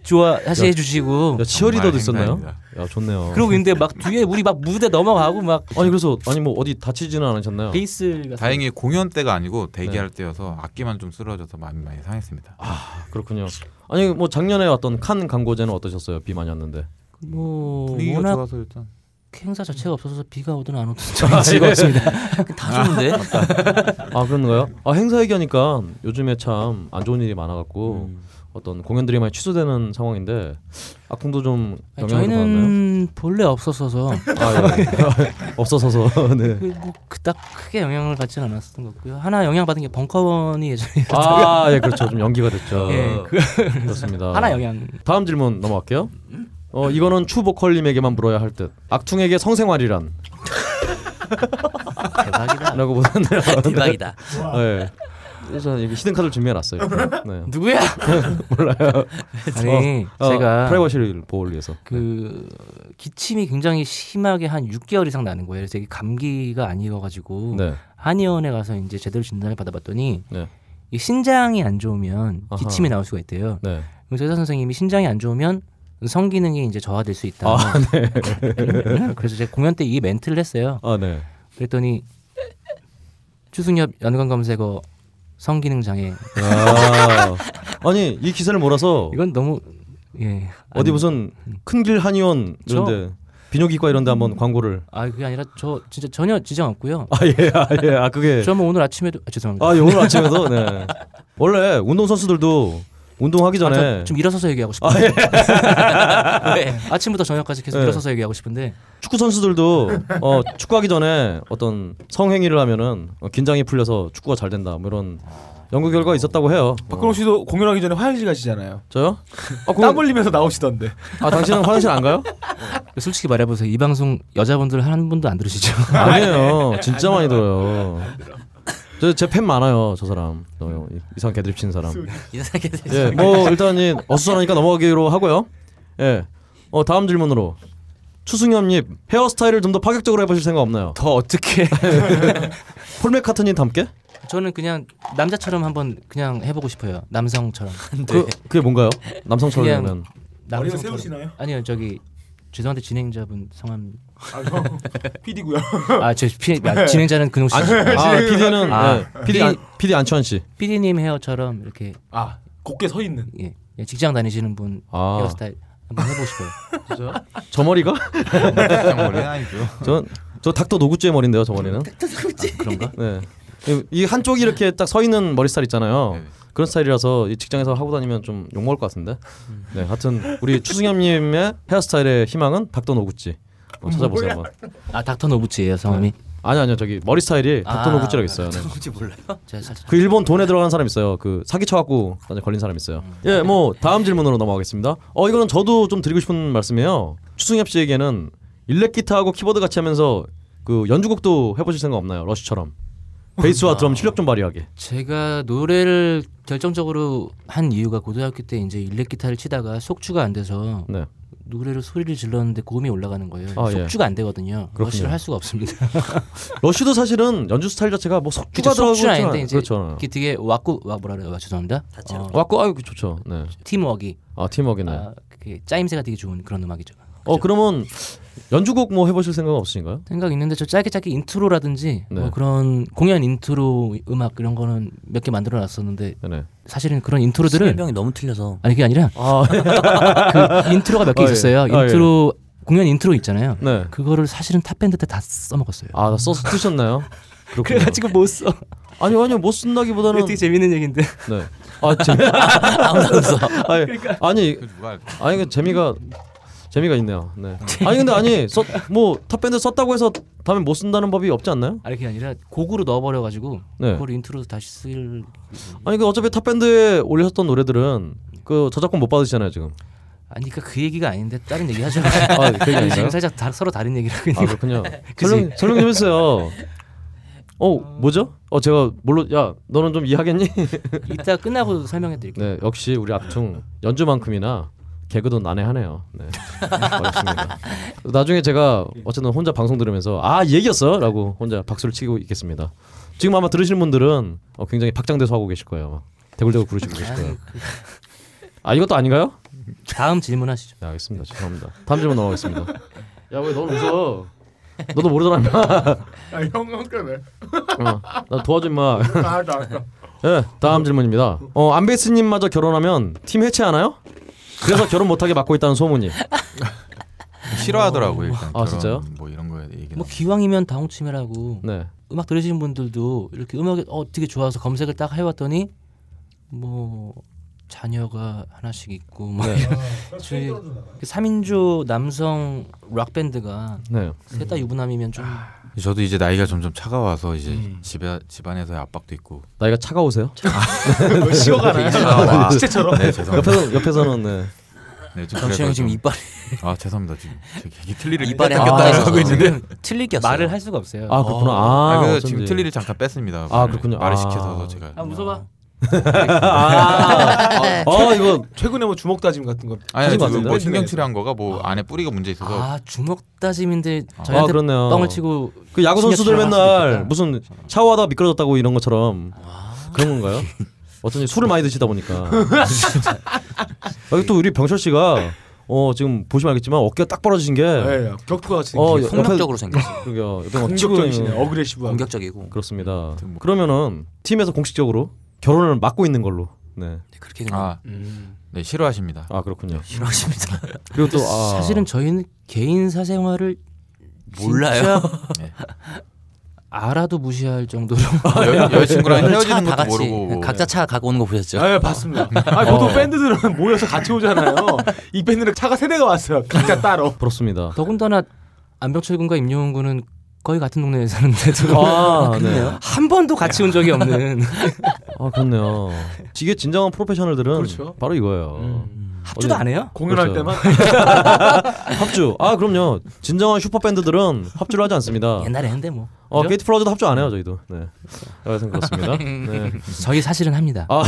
Speaker 3: 좋아하시
Speaker 2: 야.
Speaker 3: 해주시고
Speaker 2: 야, 치어리더도
Speaker 6: 정말
Speaker 2: 있었나요?
Speaker 6: 행사입니다.
Speaker 2: 야 좋네요.
Speaker 3: 그러고 있는데 막 뒤에 우리 막 무대 넘어가고 막
Speaker 2: 아니 그래서 아니 뭐 어디 다치지는 않으셨나요?
Speaker 3: 베이스가
Speaker 6: 다행히 공연 때가 아니고 대기할 때여서 악기만 좀 쓰러져서 마음이 많이 상했습니다.
Speaker 2: 아, 그렇군요. 아니 뭐 작년에 왔던 칸 광고제는 어떠셨어요? 비 많이 왔는데.
Speaker 3: 뭐
Speaker 6: 분위기가
Speaker 3: 워낙
Speaker 6: 좋아서 (laughs) 일단
Speaker 3: 행사 자체가 없어서 비가 오든 안 오든 저는
Speaker 2: 예.
Speaker 3: 즐거웠습니다.
Speaker 4: 다 좋은데
Speaker 2: 아 그런가요? 아 행사 얘기하니까 요즘에 참 안 좋은 일이 많아갖고 어떤 공연들이 많이 취소되는 상황인데 악풍도 좀
Speaker 3: 아니,
Speaker 2: (laughs) 영향을 받았나요?
Speaker 3: 저희는 본래 없었어서
Speaker 2: 아, 예. (laughs) 없어서서 네.
Speaker 3: 그 뭐 그닥 크게 영향을 받지는 않았던 것 같고요. 하나 영향 받은 게 벙커원이 예전에
Speaker 2: 아, 예, 그렇죠. 좀 연기가 됐죠.
Speaker 3: 예,
Speaker 2: 그... 렇습니다
Speaker 3: 하나 영향
Speaker 2: 다음 질문 넘어갈게요. 어, 이거는 추보컬님에게만 물어야 할 듯. 악퉁에게 성생활이란?
Speaker 3: (laughs) 대박이다.
Speaker 2: 라고 보셨네요.
Speaker 3: 그러니까
Speaker 4: 대박이다.
Speaker 2: 예. 그래서 여기 히든 카드를 준비해 놨어요. 네.
Speaker 3: 누구야?
Speaker 2: (laughs)
Speaker 3: (laughs)
Speaker 2: 몰라요.
Speaker 3: 아니
Speaker 2: 어,
Speaker 3: 제가
Speaker 2: 프라이버시를 보호를 위해서.
Speaker 3: 그 기침이 굉장히 심하게 한 6개월 이상 나는 거예요. 그래서 이게 감기가 아니어가지고
Speaker 2: 네.
Speaker 3: 한의원에 가서 이제 제대로 진단을 받아봤더니
Speaker 2: 네.
Speaker 3: 이 신장이 안 좋으면
Speaker 2: 아하.
Speaker 3: 기침이 나올 수가 있대요.
Speaker 2: 네.
Speaker 3: 그래서 의사 선생님이 신장이 안 좋으면 성 기능이 이제 저하될 수 있다.
Speaker 2: 아, 네.
Speaker 3: (laughs) 그래서 제가 공연 때 이 멘트를 했어요.
Speaker 2: 아, 네.
Speaker 3: 그랬더니 추승엽 연관 검색어 성 기능 장애
Speaker 2: 아. 아니, 이 기사를 몰아서
Speaker 3: 이건 너무 예
Speaker 2: 어디 무슨 큰길 한의원 이런 데 비뇨기과 이런 데 한번 광고를
Speaker 3: 아 그게 아니라 저 진짜 전혀 지장 없고요.
Speaker 2: 아, 예. 아, 예. 아, 그게
Speaker 3: 저 뭐 오늘 아침에도 아, 죄송합니다.
Speaker 2: 아, 예, 오늘 아침에도 네. 원래 운동 선수들도 운동하기
Speaker 3: 아,
Speaker 2: 전에 아, 예.
Speaker 3: 저, 좀 일어서서 얘기하고 싶어요. (laughs) 네, 아침부터 저녁까지 계속
Speaker 2: 네.
Speaker 3: 일어서서 얘기하고 싶은데
Speaker 2: 축구 선수들도 어, 축구하기 전에 어떤 성행위를 하면은 어, 긴장이 풀려서 축구가 잘 된다. 뭐 이런 연구 결과가 있었다고 해요.
Speaker 1: 박근홍 씨도 공연하기 전에 화장실 가시잖아요.
Speaker 2: 저요? 아, 공-
Speaker 1: 땀 흘리면서 나오시던데.
Speaker 2: 아 당신은 화장실 안 가요?
Speaker 3: 솔직히 말해보세요. 이 방송 여자분들 한 분도 안 들으시죠? (laughs)
Speaker 2: 아니에요. 진짜 많이 들어요. 저제 팬 많아요. 저 사람. 어, 이- 이상한 개드립 치는 사람.
Speaker 3: (laughs)
Speaker 4: 이상하게
Speaker 2: 예. 뭐 일단 이 어수선하니까 넘어가기로 하고요. 예. 어 다음 질문으로 추승엽님 헤어스타일을 좀 더 파격적으로 해보실 생각 없나요?
Speaker 4: 더 어떻게
Speaker 2: (laughs) 폴메카트님 닮게?
Speaker 3: 저는 그냥 남자처럼 한번 그냥 해보고 싶어요. 남성처럼.
Speaker 2: 그 그게 뭔가요? 남성처럼
Speaker 3: 네. 그냥-
Speaker 2: 되면
Speaker 1: 머리가
Speaker 3: 남성처럼.
Speaker 1: 세우시나요?
Speaker 3: 아니요 저기 죄송한데 진행자분 성함
Speaker 1: 아, 저 (laughs) PD고요.
Speaker 3: 아제
Speaker 1: 네.
Speaker 3: 아, 진행자는 근홍 씨. (laughs)
Speaker 2: 아 PD는
Speaker 3: 아.
Speaker 2: PD 안, PD 안치환 씨.
Speaker 3: PD님 헤어처럼 이렇게
Speaker 1: 아, 곧게 서 있는.
Speaker 3: 예, 예, 직장 다니시는 분
Speaker 2: 아.
Speaker 3: 헤어스타일 한번 해보고 싶어요.
Speaker 2: 저 머리가?
Speaker 6: 직장 원래 아니죠.
Speaker 2: 전저 닥터 노구찌의 머리인데요, 저 머리는.
Speaker 3: 아, 그런가?
Speaker 2: 네. 이- 이 한쪽이 이렇게 딱 서 있는 머리 스타일 있잖아요.
Speaker 6: 네.
Speaker 2: 그런 스타일이라서 이 직장에서 하고 다니면 좀 욕먹을 것 같은데. 네, 하여튼 우리 추승엽님의 헤어스타일의 희망은 닥터 노구찌. 어, 찾아보세요 한번.
Speaker 3: 아 닥터 노부츠예요 성함이.
Speaker 2: 아니 아니요 저기 머리 스타일이 닥터
Speaker 3: 아,
Speaker 2: 노구찌라고 있어요. 네.
Speaker 4: 뭔지 몰라요.
Speaker 3: 제가 살짝
Speaker 2: 그 일본 돈에 들어간 사람 있어요. 그 사기 쳐갖고 나중에 걸린 사람 있어요.
Speaker 3: 음.
Speaker 2: 예, 뭐 다음 질문으로 넘어가겠습니다. 어 이거는 저도 좀 드리고 싶은 말씀이에요. 추승엽 씨에게는 일렉 기타하고 키보드 같이 하면서 그 연주곡도 해보실 생각 없나요? 러시처럼 베이스와 드럼 실력 좀 발휘하게.
Speaker 3: 제가 노래를 결정적으로 한 이유가 고등학교 때 이제 일렉 기타를 치다가 속주가 안 돼서
Speaker 2: 네.
Speaker 3: 노래를 소리를 질렀는데 고음이 올라가는 거예요.
Speaker 2: 아, 예.
Speaker 3: 속주가 안 되거든요.
Speaker 2: 그렇군요.
Speaker 3: 러쉬를 할 수가 없습니다.
Speaker 2: 러쉬도 사실은 연주 스타일 자체가 뭐
Speaker 3: 그쵸,
Speaker 2: 속주가 들어가고
Speaker 3: 속주 아닌데
Speaker 2: 그렇잖아요. 그렇죠.
Speaker 3: 이제
Speaker 2: 그렇잖아요.
Speaker 3: 이게 되게 와꾸 와 뭐라 그래요? 와, 죄송합니다. 어,
Speaker 2: 왔고 아유 좋죠. 네.
Speaker 3: 팀워크.
Speaker 2: 아 팀워크네.
Speaker 3: 아, 그게 짜임새가 되게 좋은 그런 음악이죠.
Speaker 2: 어 그러면 연주곡 뭐 해보실 생각 없으신가요?
Speaker 3: 생각 있는데 저 짧게 짧게 인트로라든지
Speaker 2: 네.
Speaker 3: 뭐 그런 공연 인트로 음악 이런 거는 몇 개 만들어 놨었는데
Speaker 2: 네네.
Speaker 3: 사실은 그런 인트로들을
Speaker 4: 설명이 너무 틀려서
Speaker 3: 아니 그게 아니라 (laughs)
Speaker 2: 아
Speaker 3: 그 인트로가 몇 개
Speaker 2: 아, 예.
Speaker 3: 있었어요.
Speaker 2: 아, 예.
Speaker 3: 인트로 공연 인트로 있잖아요.
Speaker 2: 네.
Speaker 3: 그거를 사실은 탑 밴드 때 다 써먹었어요.
Speaker 2: 아나 써서 쓰셨나요? 그렇군요.
Speaker 3: 그래가지고 못 써.
Speaker 2: 아니 아니요 못 쓴다기보다는
Speaker 3: 이거 되게 재밌는 얘기인데. (laughs)
Speaker 2: 네. 아 재미
Speaker 4: 아무도 안 써.
Speaker 2: 아니
Speaker 3: 그러니까.
Speaker 2: 아니
Speaker 6: 그 누가 알고.
Speaker 2: 아니 그 재미가 재미가 있네요. 네. 아니 근데 아니 써, 뭐 탑밴드 썼다고 해서 다음에 못 쓴다는 법이 없지 않나요?
Speaker 3: 아니 그게 아니라 곡으로 넣어버려가지고
Speaker 2: 네.
Speaker 3: 그걸 인트로로 다시 쓸.
Speaker 2: 아니 그 어차피 탑밴드에 올리셨던 노래들은 그 저작권 못 받으시잖아요 지금.
Speaker 3: 아니 그러니까 그 얘기가 아닌데 다른 얘기 하죠.
Speaker 2: 아,
Speaker 3: (laughs)
Speaker 2: 그 얘기 아닌가요?
Speaker 3: 지금 살짝 다, 서로 다른 얘기를 하고
Speaker 2: 아
Speaker 3: 있는 거. (laughs)
Speaker 2: 그렇군요. 설명 설명 좀 했어요. 어 뭐죠? 어 제가 물론 야 너는 좀 이해하겠니?
Speaker 3: 이따 끝나고 설명해 드릴게요.
Speaker 2: 네 역시 우리 악충 연주만큼이나 개그도 난해하네요. 네 어렵습니다. 나중에 제가 어쨌든 혼자 방송 들으면서 아 얘기였어라고 혼자 박수를 치고 있겠습니다. 지금 아마 들으시는 분들은 어, 굉장히 박장대소 하고 계실 거예요. 아마. 대굴대굴 부르시고 계실 거예요. 아 이것도 아닌가요?
Speaker 3: 다음 질문하시죠.
Speaker 2: 네 알겠습니다. 죄송합니다. 다음 질문 넘어가겠습니다. 야 왜 넌 웃어? 너도 모르잖아 임마.
Speaker 8: 형은 그래.
Speaker 2: 어, 나 도와줘 임마.
Speaker 8: 알았다 알았다.
Speaker 2: 예, 다음 질문입니다. 어, 안베스님마저 결혼하면 팀 해체하나요? 그래서 결혼 못하게 막고 있다는 소문이.
Speaker 6: 싫어하더라고요. 일단
Speaker 2: 아, 진짜요?
Speaker 6: 뭐 이런 거에 얘기.
Speaker 3: 뭐 기왕이면 다홍침이라고
Speaker 2: 네.
Speaker 3: 음악 들으시는 분들도 이렇게 음악이 어, 되게 좋아서 검색을 딱 해왔더니 뭐 자녀가 하나씩 있고 뭐 저희 3인조 남성 락 밴드가
Speaker 2: 네.
Speaker 3: 셋 다 유부남이면 좀
Speaker 6: 저도 이제 나이가 점점 차가워서 이제
Speaker 1: 음.
Speaker 6: 집에 집안에서의
Speaker 1: (laughs)
Speaker 6: 압박도 있고.
Speaker 2: 나이가 차가우세요?
Speaker 1: 시어가나
Speaker 6: 아,
Speaker 1: 시체처럼.
Speaker 6: 네 죄송합니다.
Speaker 2: 옆에서 옆에서는 네.
Speaker 6: 네, 좀
Speaker 4: 정신이
Speaker 6: 그래서
Speaker 4: 지금
Speaker 6: 좀-
Speaker 4: 이빨
Speaker 6: 아 죄송합니다 지금 제가 이게 틀니를
Speaker 4: 이빨에
Speaker 6: 뺐다 꼈다
Speaker 4: 아,
Speaker 6: 하고 있는데.
Speaker 4: 틀릴 게 없어요.
Speaker 3: 말을 할 수가 없어요.
Speaker 2: 아 그렇구나. 아,
Speaker 6: 아, 그래서
Speaker 2: 어쩐지.
Speaker 6: 지금 틀니를 잠깐 뺐습니다.
Speaker 2: 아, 그렇군요.
Speaker 6: 말을
Speaker 2: 아.
Speaker 6: 시켜서 제가.
Speaker 3: 아 무서워.
Speaker 2: 아 이거
Speaker 1: 최근에 뭐 주먹 다짐 같은 거.
Speaker 6: 아니
Speaker 2: 하신 것
Speaker 6: 지금 뭐
Speaker 2: 같은데요?
Speaker 6: 신경치레한 거가 뭐 안에 뿌리가 문제 있어서
Speaker 3: 아 주먹 다짐인데
Speaker 2: 아
Speaker 3: 저희한테
Speaker 2: 그렇네요.
Speaker 3: 뻥을 치고
Speaker 2: 그 야구 선수들
Speaker 3: 신경 들어갈 수도
Speaker 2: 맨날
Speaker 3: 있겠다.
Speaker 2: 무슨 샤워하다 가 미끄러졌다고 이런 것처럼 그런 건가요? 어쩐지 술을 많이 드시다 보니까. 아, 또 우리 병철 씨가 어 지금 보시면 알겠지만 어깨가 딱 벌어지신 게
Speaker 6: 네.
Speaker 1: 예, 격투가 같이.
Speaker 2: 어,
Speaker 3: 그
Speaker 1: 생긴
Speaker 2: 옆에-
Speaker 4: 폭력적으로 생겼어.
Speaker 2: 그러게요. 옆에 막 치고
Speaker 1: 공격적이시네.
Speaker 2: 다니는-
Speaker 1: 어그레시브하고.
Speaker 4: 공격적이고
Speaker 2: 그렇습니다.
Speaker 6: 아무튼 뭐-
Speaker 2: 그러면은 팀에서 공식적으로 결혼을 막고 있는 걸로. 네.
Speaker 4: 네, 그렇게 그냥
Speaker 6: 아,
Speaker 1: 음.
Speaker 6: 네 싫어하십니다.
Speaker 2: 아 그렇군요.
Speaker 4: 싫어하십니다.
Speaker 2: 그리고 또 아,
Speaker 3: 사실은 저희는 개인 사생활을
Speaker 4: 몰라요. (laughs)
Speaker 3: 알아도 무시할 정도로 (laughs)
Speaker 6: 여, 여자친구랑 헤어지는
Speaker 4: 다
Speaker 6: 것도
Speaker 4: 같이
Speaker 6: 모르고 뭐.
Speaker 4: 각자 차 갖고 오는 거 보셨죠?
Speaker 3: 네.
Speaker 1: 아, 예, 봤습니다. 아,
Speaker 6: 어.
Speaker 1: 보통 밴드들은 모여서 같이
Speaker 6: (laughs)
Speaker 1: 오잖아요. 이 밴드는 차가 세 대가 왔어요. 각자 따로.
Speaker 2: 그렇습니다.
Speaker 3: 더군다나 안병철 군과 임영웅 군은 거의 같은 동네에 사는데도
Speaker 2: 아, 네.
Speaker 3: 한 번도 같이 온 적이
Speaker 2: (laughs)
Speaker 3: 없는
Speaker 2: 아,
Speaker 1: (laughs)
Speaker 2: 그렇네요. 이게 진정한 프로페셔널들은
Speaker 1: 그렇죠.
Speaker 2: 바로 이거예요.
Speaker 6: 음.
Speaker 3: 합주도 안 해요?
Speaker 1: 공연할
Speaker 2: 그렇죠.
Speaker 1: 때만
Speaker 2: 합주. 아, 그럼요. 진정한 슈퍼밴드들은 합주를 하지 않습니다.
Speaker 3: 옛날에 했는데 뭐
Speaker 2: 어,
Speaker 1: 예?
Speaker 3: 그죠?
Speaker 2: 게이트 플라워즈도 합주 안 해요, 저희도. 네. 여하튼
Speaker 1: (laughs)
Speaker 2: 그렇습니다. 네.
Speaker 3: 저희 사실은 합니다.
Speaker 2: 아,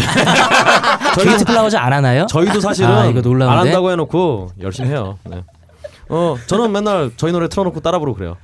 Speaker 3: 게이트 플라워즈 안 하나요?
Speaker 2: 저희도 사실은
Speaker 3: 아, 이거 놀라운데?
Speaker 2: 안 한다고 해놓고 열심히 해요. 네. 어 저는 맨날 저희 노래 틀어놓고 따라 부르고 그래요.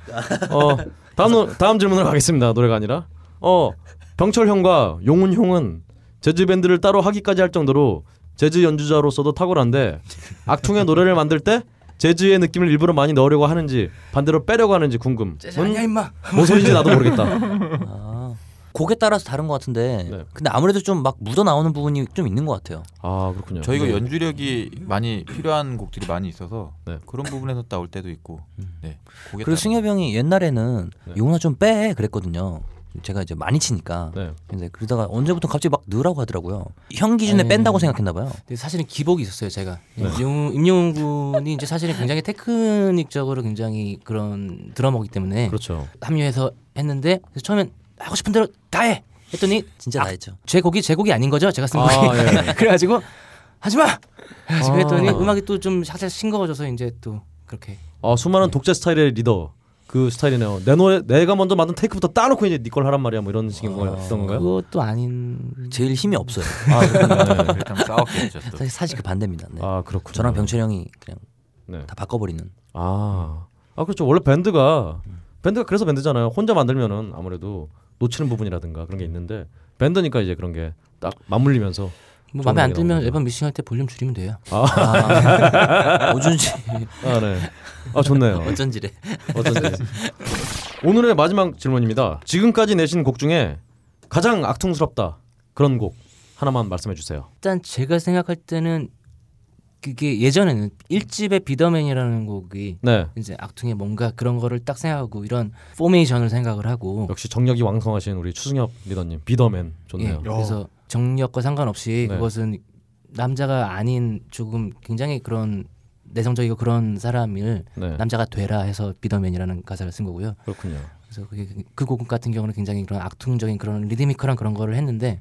Speaker 2: 어 다음 노, 다음 질문으로 가겠습니다. 노래가 아니라 어 병철 형과 용훈 형은 재즈 밴드를 따로 하기까지 할 정도로 재즈 연주자로서도 탁월한데 악퉁의 노래를 만들 때 재즈의 느낌을 일부러 많이 넣으려고 하는지 반대로 빼려고 하는지 궁금. 뭔,
Speaker 3: 임마.
Speaker 2: 뭔 소리인지 나도 모르겠다.
Speaker 4: 아, 곡에 따라서 다른 것 같은데
Speaker 2: 네.
Speaker 4: 근데 아무래도 좀 막 묻어 나오는 부분이 좀 있는 것 같아요.
Speaker 2: 아 그렇군요.
Speaker 6: 저희가
Speaker 2: 네.
Speaker 6: 연주력이 많이 필요한 곡들이 많이 있어서
Speaker 2: 네.
Speaker 6: 그런 부분에서 나올 때도 있고. 네. 곡에
Speaker 4: 그리고
Speaker 6: 따라-
Speaker 4: 승엽이 형이 옛날에는
Speaker 3: 네.
Speaker 4: 용훈아 좀 빼 그랬거든요. 제가 이제 많이 치니까.
Speaker 2: 네.
Speaker 4: 근데 그러다가 언제부터 갑자기 막 느라고 하더라고요. 형 기준에
Speaker 3: 에이.
Speaker 4: 뺀다고 생각했나 봐요.
Speaker 3: 근데 사실은 기복이 있었어요 제가
Speaker 2: 네.
Speaker 3: 임영웅, 임영웅 군이 이제 사실은 굉장히 테크닉적으로 굉장히 그런 드러머기 때문에
Speaker 2: 그렇죠.
Speaker 3: 합류해서 했는데 그래서 처음엔 하고 싶은 대로 다 해 했더니
Speaker 4: 진짜
Speaker 3: 아,
Speaker 4: 나였죠.
Speaker 3: 제 곡이 제 곡이 아닌 거죠 제가 쓴
Speaker 2: 아,
Speaker 3: 곡이 (laughs)
Speaker 2: 예.
Speaker 3: 그래가지고 하지마 지금
Speaker 2: 아.
Speaker 3: 했더니 음악이 또 좀 살짝 싱거워져서 이제 또 그렇게
Speaker 2: 아 수많은 독재 스타일의 리더 그 스타일이네요. 내 노래 내가 먼저 만든 테이크부터 따놓고 이제 니걸 하란 말이야 뭐 이런 식인 거였던 건가요?
Speaker 3: 아, 그것도 아닌
Speaker 4: 제일 힘이 없어요.
Speaker 6: 아, 그렇군요. 네. 일단 싸웠겠죠. 또.
Speaker 4: 사실 사실 그 반대입니다. 네.
Speaker 2: 아 그렇군.
Speaker 4: 저랑 병철 형이 그냥
Speaker 2: 네.
Speaker 4: 다 바꿔버리는.
Speaker 2: 아, 아 그렇죠. 원래 밴드가
Speaker 3: 음.
Speaker 2: 밴드가 그래서 밴드잖아요. 혼자 만들면은 아무래도 놓치는 부분이라든가 그런 게 있는데 밴드니까 이제 그런 게 딱 맞물리면서
Speaker 3: 뭐
Speaker 2: 좋은
Speaker 3: 마음에 안
Speaker 2: 얘기
Speaker 3: 들면
Speaker 2: 나오네요.
Speaker 3: 앨범 미싱할 때 볼륨 줄이면 돼요. 네.
Speaker 4: (laughs) 아, 오준지
Speaker 2: 아 네. 아 좋네요.
Speaker 4: 어쩐지래.
Speaker 2: 어쩐지. 오늘의 마지막 질문입니다. 지금까지 내신 곡 중에 가장 악퉁스럽다 그런 곡 하나만 말씀해 주세요.
Speaker 3: 일단 제가 생각할 때는 그게 예전에는 일집의 비더맨이라는 곡이
Speaker 2: 네.
Speaker 3: 이제 악퉁의 뭔가 그런 거를 딱 생각하고 이런 포메이션을 생각을 하고
Speaker 2: 역시 정력이 왕성하신 우리 추승엽 리더님 비더맨
Speaker 3: 예,
Speaker 2: 좋네요.
Speaker 3: 그래서 정력과 상관없이
Speaker 2: 네.
Speaker 3: 그것은 남자가 아닌 조금 굉장히 그런 내성적이고 그런 사람을
Speaker 2: 네.
Speaker 3: 남자가 되라 해서 비더맨이라는 가사를 쓴 거고요.
Speaker 2: 그렇군요.
Speaker 3: 그래서 그게 그 곡 같은 경우는 굉장히 그런 악퉁적인 그런 리드미컬한 그런 거를 했는데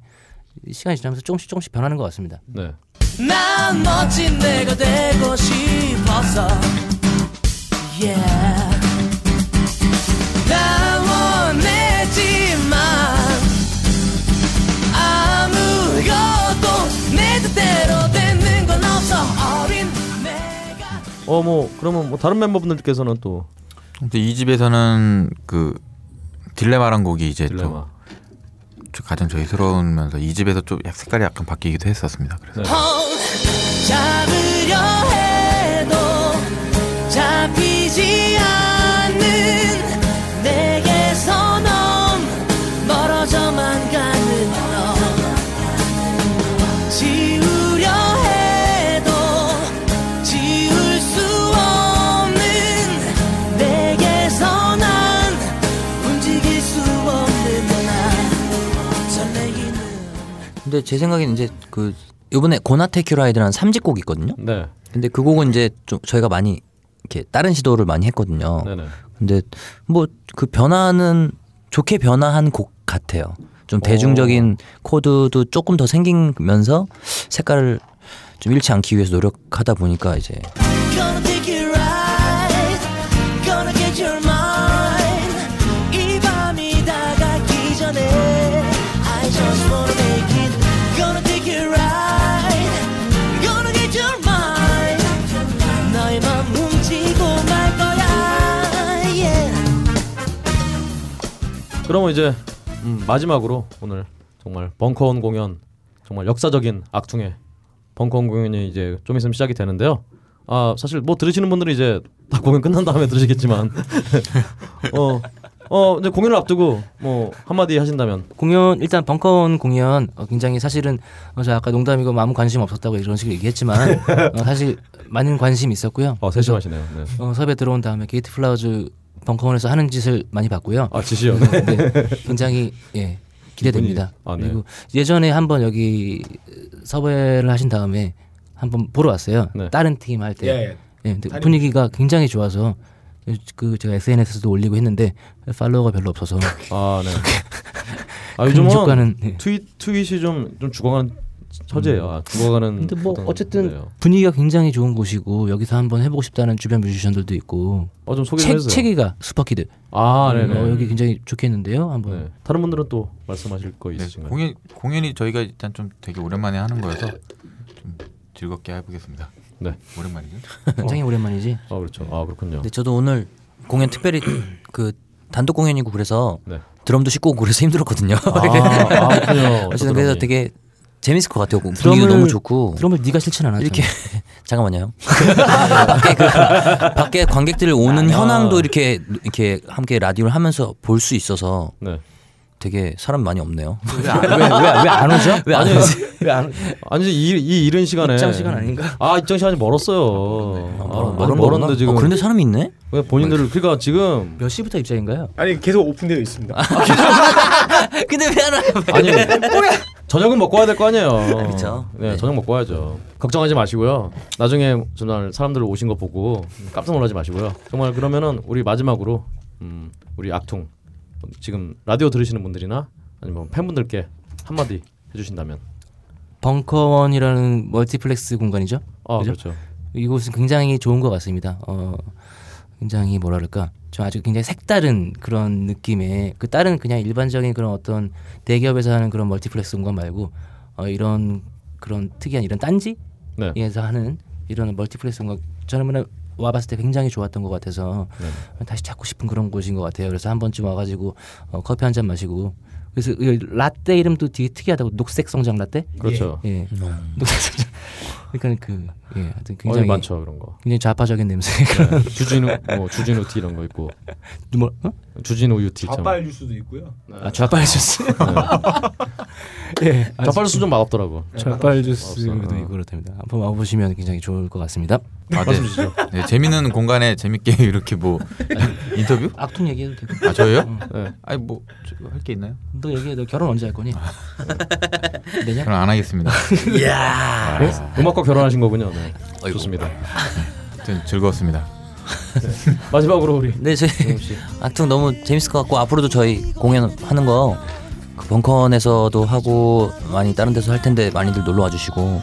Speaker 3: 네. 시간이 지나면서 조금씩 조금씩 변하는 것 같습니다.
Speaker 2: 네.
Speaker 7: 난 멋진 내가 되고 싶었어 yeah. 나 원했지만 아무것도 내 뜻대로 되는 건 없어 어린 내가
Speaker 2: 어 뭐 그러면 뭐 다른 멤버분들께서는 또
Speaker 6: 근데 이 집에서는 그 딜레마란 곡이 이제
Speaker 2: 딜레마.
Speaker 6: 또 가장 저희스러우면서 이 집에서 좀 약- 색깔이 약간 바뀌기도 했었습니다. 그래서
Speaker 2: 네.
Speaker 7: 펑 잡으려 해도 잡히지 않는 내게서 넌 멀어져만 가는 너 지우려 해도 지울 수 없는 내게서 난 움직일 수 없는 나 설레이는
Speaker 4: 근데 제 생각엔 이제 그 이번에 고나테큐라이드라는 삼집곡 있거든요.
Speaker 2: 네.
Speaker 4: 근데 그 곡은 이제 좀 저희가 많이 이렇게 다른 시도를 많이 했거든요.
Speaker 2: 네네.
Speaker 4: 근데 뭐 그 변화는 좋게 변화한 곡 같아요. 좀 대중적인
Speaker 2: 어.
Speaker 4: 코드도 조금 더 생기면서 색깔을 좀 잃지 않기 위해서 노력하다 보니까 이제
Speaker 7: Gonna take you right, gonna get your mind. 이 밤이 다가기 전에 I just wanna make it. Gonna take you right, gonna get your mind. 너의 맘 훔치고 말 거야. Yeah.
Speaker 2: 그러면 이제 음, 마지막으로 오늘 정말 벙커원 공연 정말 역사적인 악퉁의 벙커원 공연이 이제 좀 있으면 시작이 되는데요. 아 사실 뭐 들으시는 분들은 이제 다 공연 끝난 다음에 들으시겠지만 (laughs) 어어 이제 공연을 앞두고 뭐 한마디 하신다면
Speaker 3: 공연 일단 벙커원 공연 어, 굉장히 사실은 어, 저 아까 농담이고 뭐 아무 관심 없었다고 이런 식으로 얘기했지만 어, 사실 많은 관심이 있었고요.
Speaker 2: 어 세심하시네요. 네.
Speaker 3: 어, 섭외 들어온 다음에 게이트 플라워즈 벙커원에서 하는 짓을 많이 봤고요.
Speaker 2: 아
Speaker 3: (laughs)
Speaker 2: 지시요.
Speaker 3: 네, 굉장히 예 기대됩니다.
Speaker 2: 아, 네.
Speaker 3: 그리고 예전에 한번 여기 섭외를 하신 다음에 한번 보러 왔어요.
Speaker 2: 네.
Speaker 3: 다른 팀 할 때.
Speaker 8: 예, 예.
Speaker 3: 예, 근데 분위기가 굉장히 좋아서 그 제가 SNS에도 올리고 했는데 팔로워가 별로 없어서
Speaker 2: 아 네. 아 요즘은
Speaker 3: 근접가는 예.
Speaker 2: 트윗 트윗이 좀좀 죽어가는 처지예요. 아, 죽어가는.
Speaker 3: 근데 뭐
Speaker 2: 어떤
Speaker 3: 어쨌든
Speaker 2: 건데요.
Speaker 3: 분위기가 굉장히 좋은 곳이고 여기서 한번 해보고 싶다는 주변 뮤지션들도 있고
Speaker 2: 어, 좀 소개 좀
Speaker 3: 책
Speaker 2: 해주세요.
Speaker 3: 책이가 슈퍼키드
Speaker 2: 아 네네.
Speaker 3: 어, 여기 굉장히 좋겠는데요 한번
Speaker 2: 네. 다른 분들은 또 말씀하실 거
Speaker 6: 네,
Speaker 2: 있으신가요?
Speaker 6: 공연 공연이 저희가 일단 좀 되게 오랜만에 하는 거여서 좀 즐겁게 해보겠습니다.
Speaker 2: 네. (laughs)
Speaker 6: 오랜만이죠?
Speaker 3: (laughs) 굉장히 오랜만이지
Speaker 2: 아 그렇죠. 아 그렇군요.
Speaker 4: 근데 저도 오늘 공연 특별히 (clears throat) 그 단독 공연이고 그래서
Speaker 2: 네.
Speaker 4: 드럼도 씻고 오고 그래서 힘들었거든요.
Speaker 2: 아, 아
Speaker 4: (laughs)
Speaker 2: 그렇군요.
Speaker 4: 어쨌든 그래서
Speaker 2: 저드럼이.
Speaker 4: 되게 재밌을 것 같아요. 분위기도 너무 좋고
Speaker 3: 드럼을 네가 실천 안 하잖아
Speaker 4: 이렇게 (laughs) 잠깐만요. 밖에 그 밖에 관객들 오는 현황도 이렇게 이렇게 함께 라디오를 하면서 볼 수 있어서
Speaker 2: 네.
Speaker 4: 되게 사람 많이 없네요.
Speaker 3: 왜왜안 오죠?
Speaker 4: 왜 안 오지?
Speaker 2: 아니 이, 이 이른 시간에
Speaker 3: 입장 시간 아닌가?
Speaker 2: 아 입장 시간이 멀었어요. 아, 많이
Speaker 4: 거구나.
Speaker 2: 멀었는데 지금
Speaker 4: 어, 그런데 사람이 있네.
Speaker 2: 왜 본인들을 그러니까 지금
Speaker 3: 몇 시부터 입장인가요?
Speaker 8: 아니 계속 오픈되어 있습니다.
Speaker 4: (laughs)
Speaker 6: 그렇죠.
Speaker 4: 근데 왜 안 와요?
Speaker 2: 아니 저녁은 먹고 와야 될 거 아니에요.
Speaker 4: 그쵸.
Speaker 2: 네,
Speaker 4: 네.
Speaker 2: 저녁 먹고 와야죠. 걱정하지 마시고요. 나중에 정말 사람들 오신 거 보고 깜짝 놀라지 마시고요. 정말 그러면은 우리 마지막으로 음, 우리 악통 지금 라디오 들으시는 분들이나 아니면 팬분들께 한마디 해주신다면
Speaker 3: 벙커원이라는 멀티플렉스 공간이죠.
Speaker 2: 아
Speaker 3: 그죠?
Speaker 2: 그렇죠.
Speaker 3: (laughs) 이곳은 굉장히 좋은 것 같습니다. 어, 굉장히 뭐랄까 좀 아주 굉장히 색다른 그런 느낌의 그 다른 그냥 일반적인 그런 어떤 대기업에서 하는 그런 멀티플렉스 공간 말고 어, 이런 그런 특이한 이런 딴지에서
Speaker 2: 네.
Speaker 3: 하는 이런 멀티플렉스 공간 저는 맨날 와봤을 때 굉장히 좋았던 것 같아서
Speaker 4: 네.
Speaker 3: 다시 찾고 싶은 그런 곳인 것 같아요. 그래서 한 번쯤 와가지고 어, 커피 한 잔 마시고 그래서 이 라떼 이름도 되게 특이하다고 녹색 성장 라떼?
Speaker 2: 그렇죠.
Speaker 3: 예, 녹색 성장. 그러니까 그 예, 하여튼
Speaker 2: 굉장히
Speaker 3: 굉장히
Speaker 2: 많죠 그런 거.
Speaker 3: 굉장히 좌파적인 냄새
Speaker 4: 네.
Speaker 3: (laughs) 그런
Speaker 2: 주진우 뭐 주진우 티 이런 거 있고
Speaker 3: 뭐 어?
Speaker 2: 주진우 유티 참.
Speaker 1: 좌빨 뉴스도 있고요.
Speaker 3: 아, 좌빨 주스. 예,
Speaker 2: 좌빨 수좀 맛없더라고.
Speaker 3: 좌빨 주스도 있고 그렇답니다. (laughs) 한번 와보시면 굉장히 좋을 것 같습니다.
Speaker 6: 아, 네. 네, 재밌는 공간에 재밌게 (laughs) 이렇게 뭐 인터뷰?
Speaker 3: 악통 얘기해도 되고.
Speaker 6: 아 저예요?
Speaker 2: 네.
Speaker 6: 아니 뭐 할 게 있나요?
Speaker 3: 너 얘기해. 너 결혼 언제 할 거니? 내년?
Speaker 6: 그럼 안 하겠습니다.
Speaker 2: 음악과 결혼하신 거군요. 네. 좋습니다.
Speaker 6: 아무튼 즐거웠습니다.
Speaker 2: 마지막으로 우리
Speaker 4: 네, 저희 아무튼 너무 재밌을 것 같고 앞으로도 저희 공연하는 거그 벙커원에서도 하고 많이 다른 데서 할 텐데 많이들 놀러 와주시고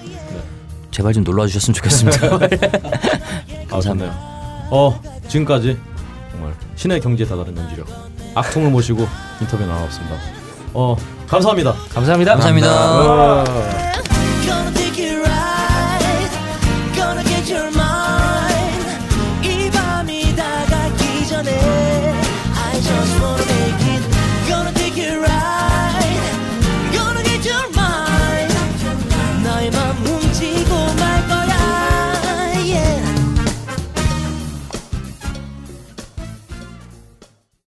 Speaker 4: 제발 좀 놀러 와주셨으면 좋겠습니다.
Speaker 2: 아, 좋네요. 어 지금까지 정말 신의 경지에 다다른 연주력 악통을 모시고 인터뷰 나눴습니다. 어 감사합니다.
Speaker 3: 감사합니다.
Speaker 4: 감사합니다.
Speaker 7: Gonna take you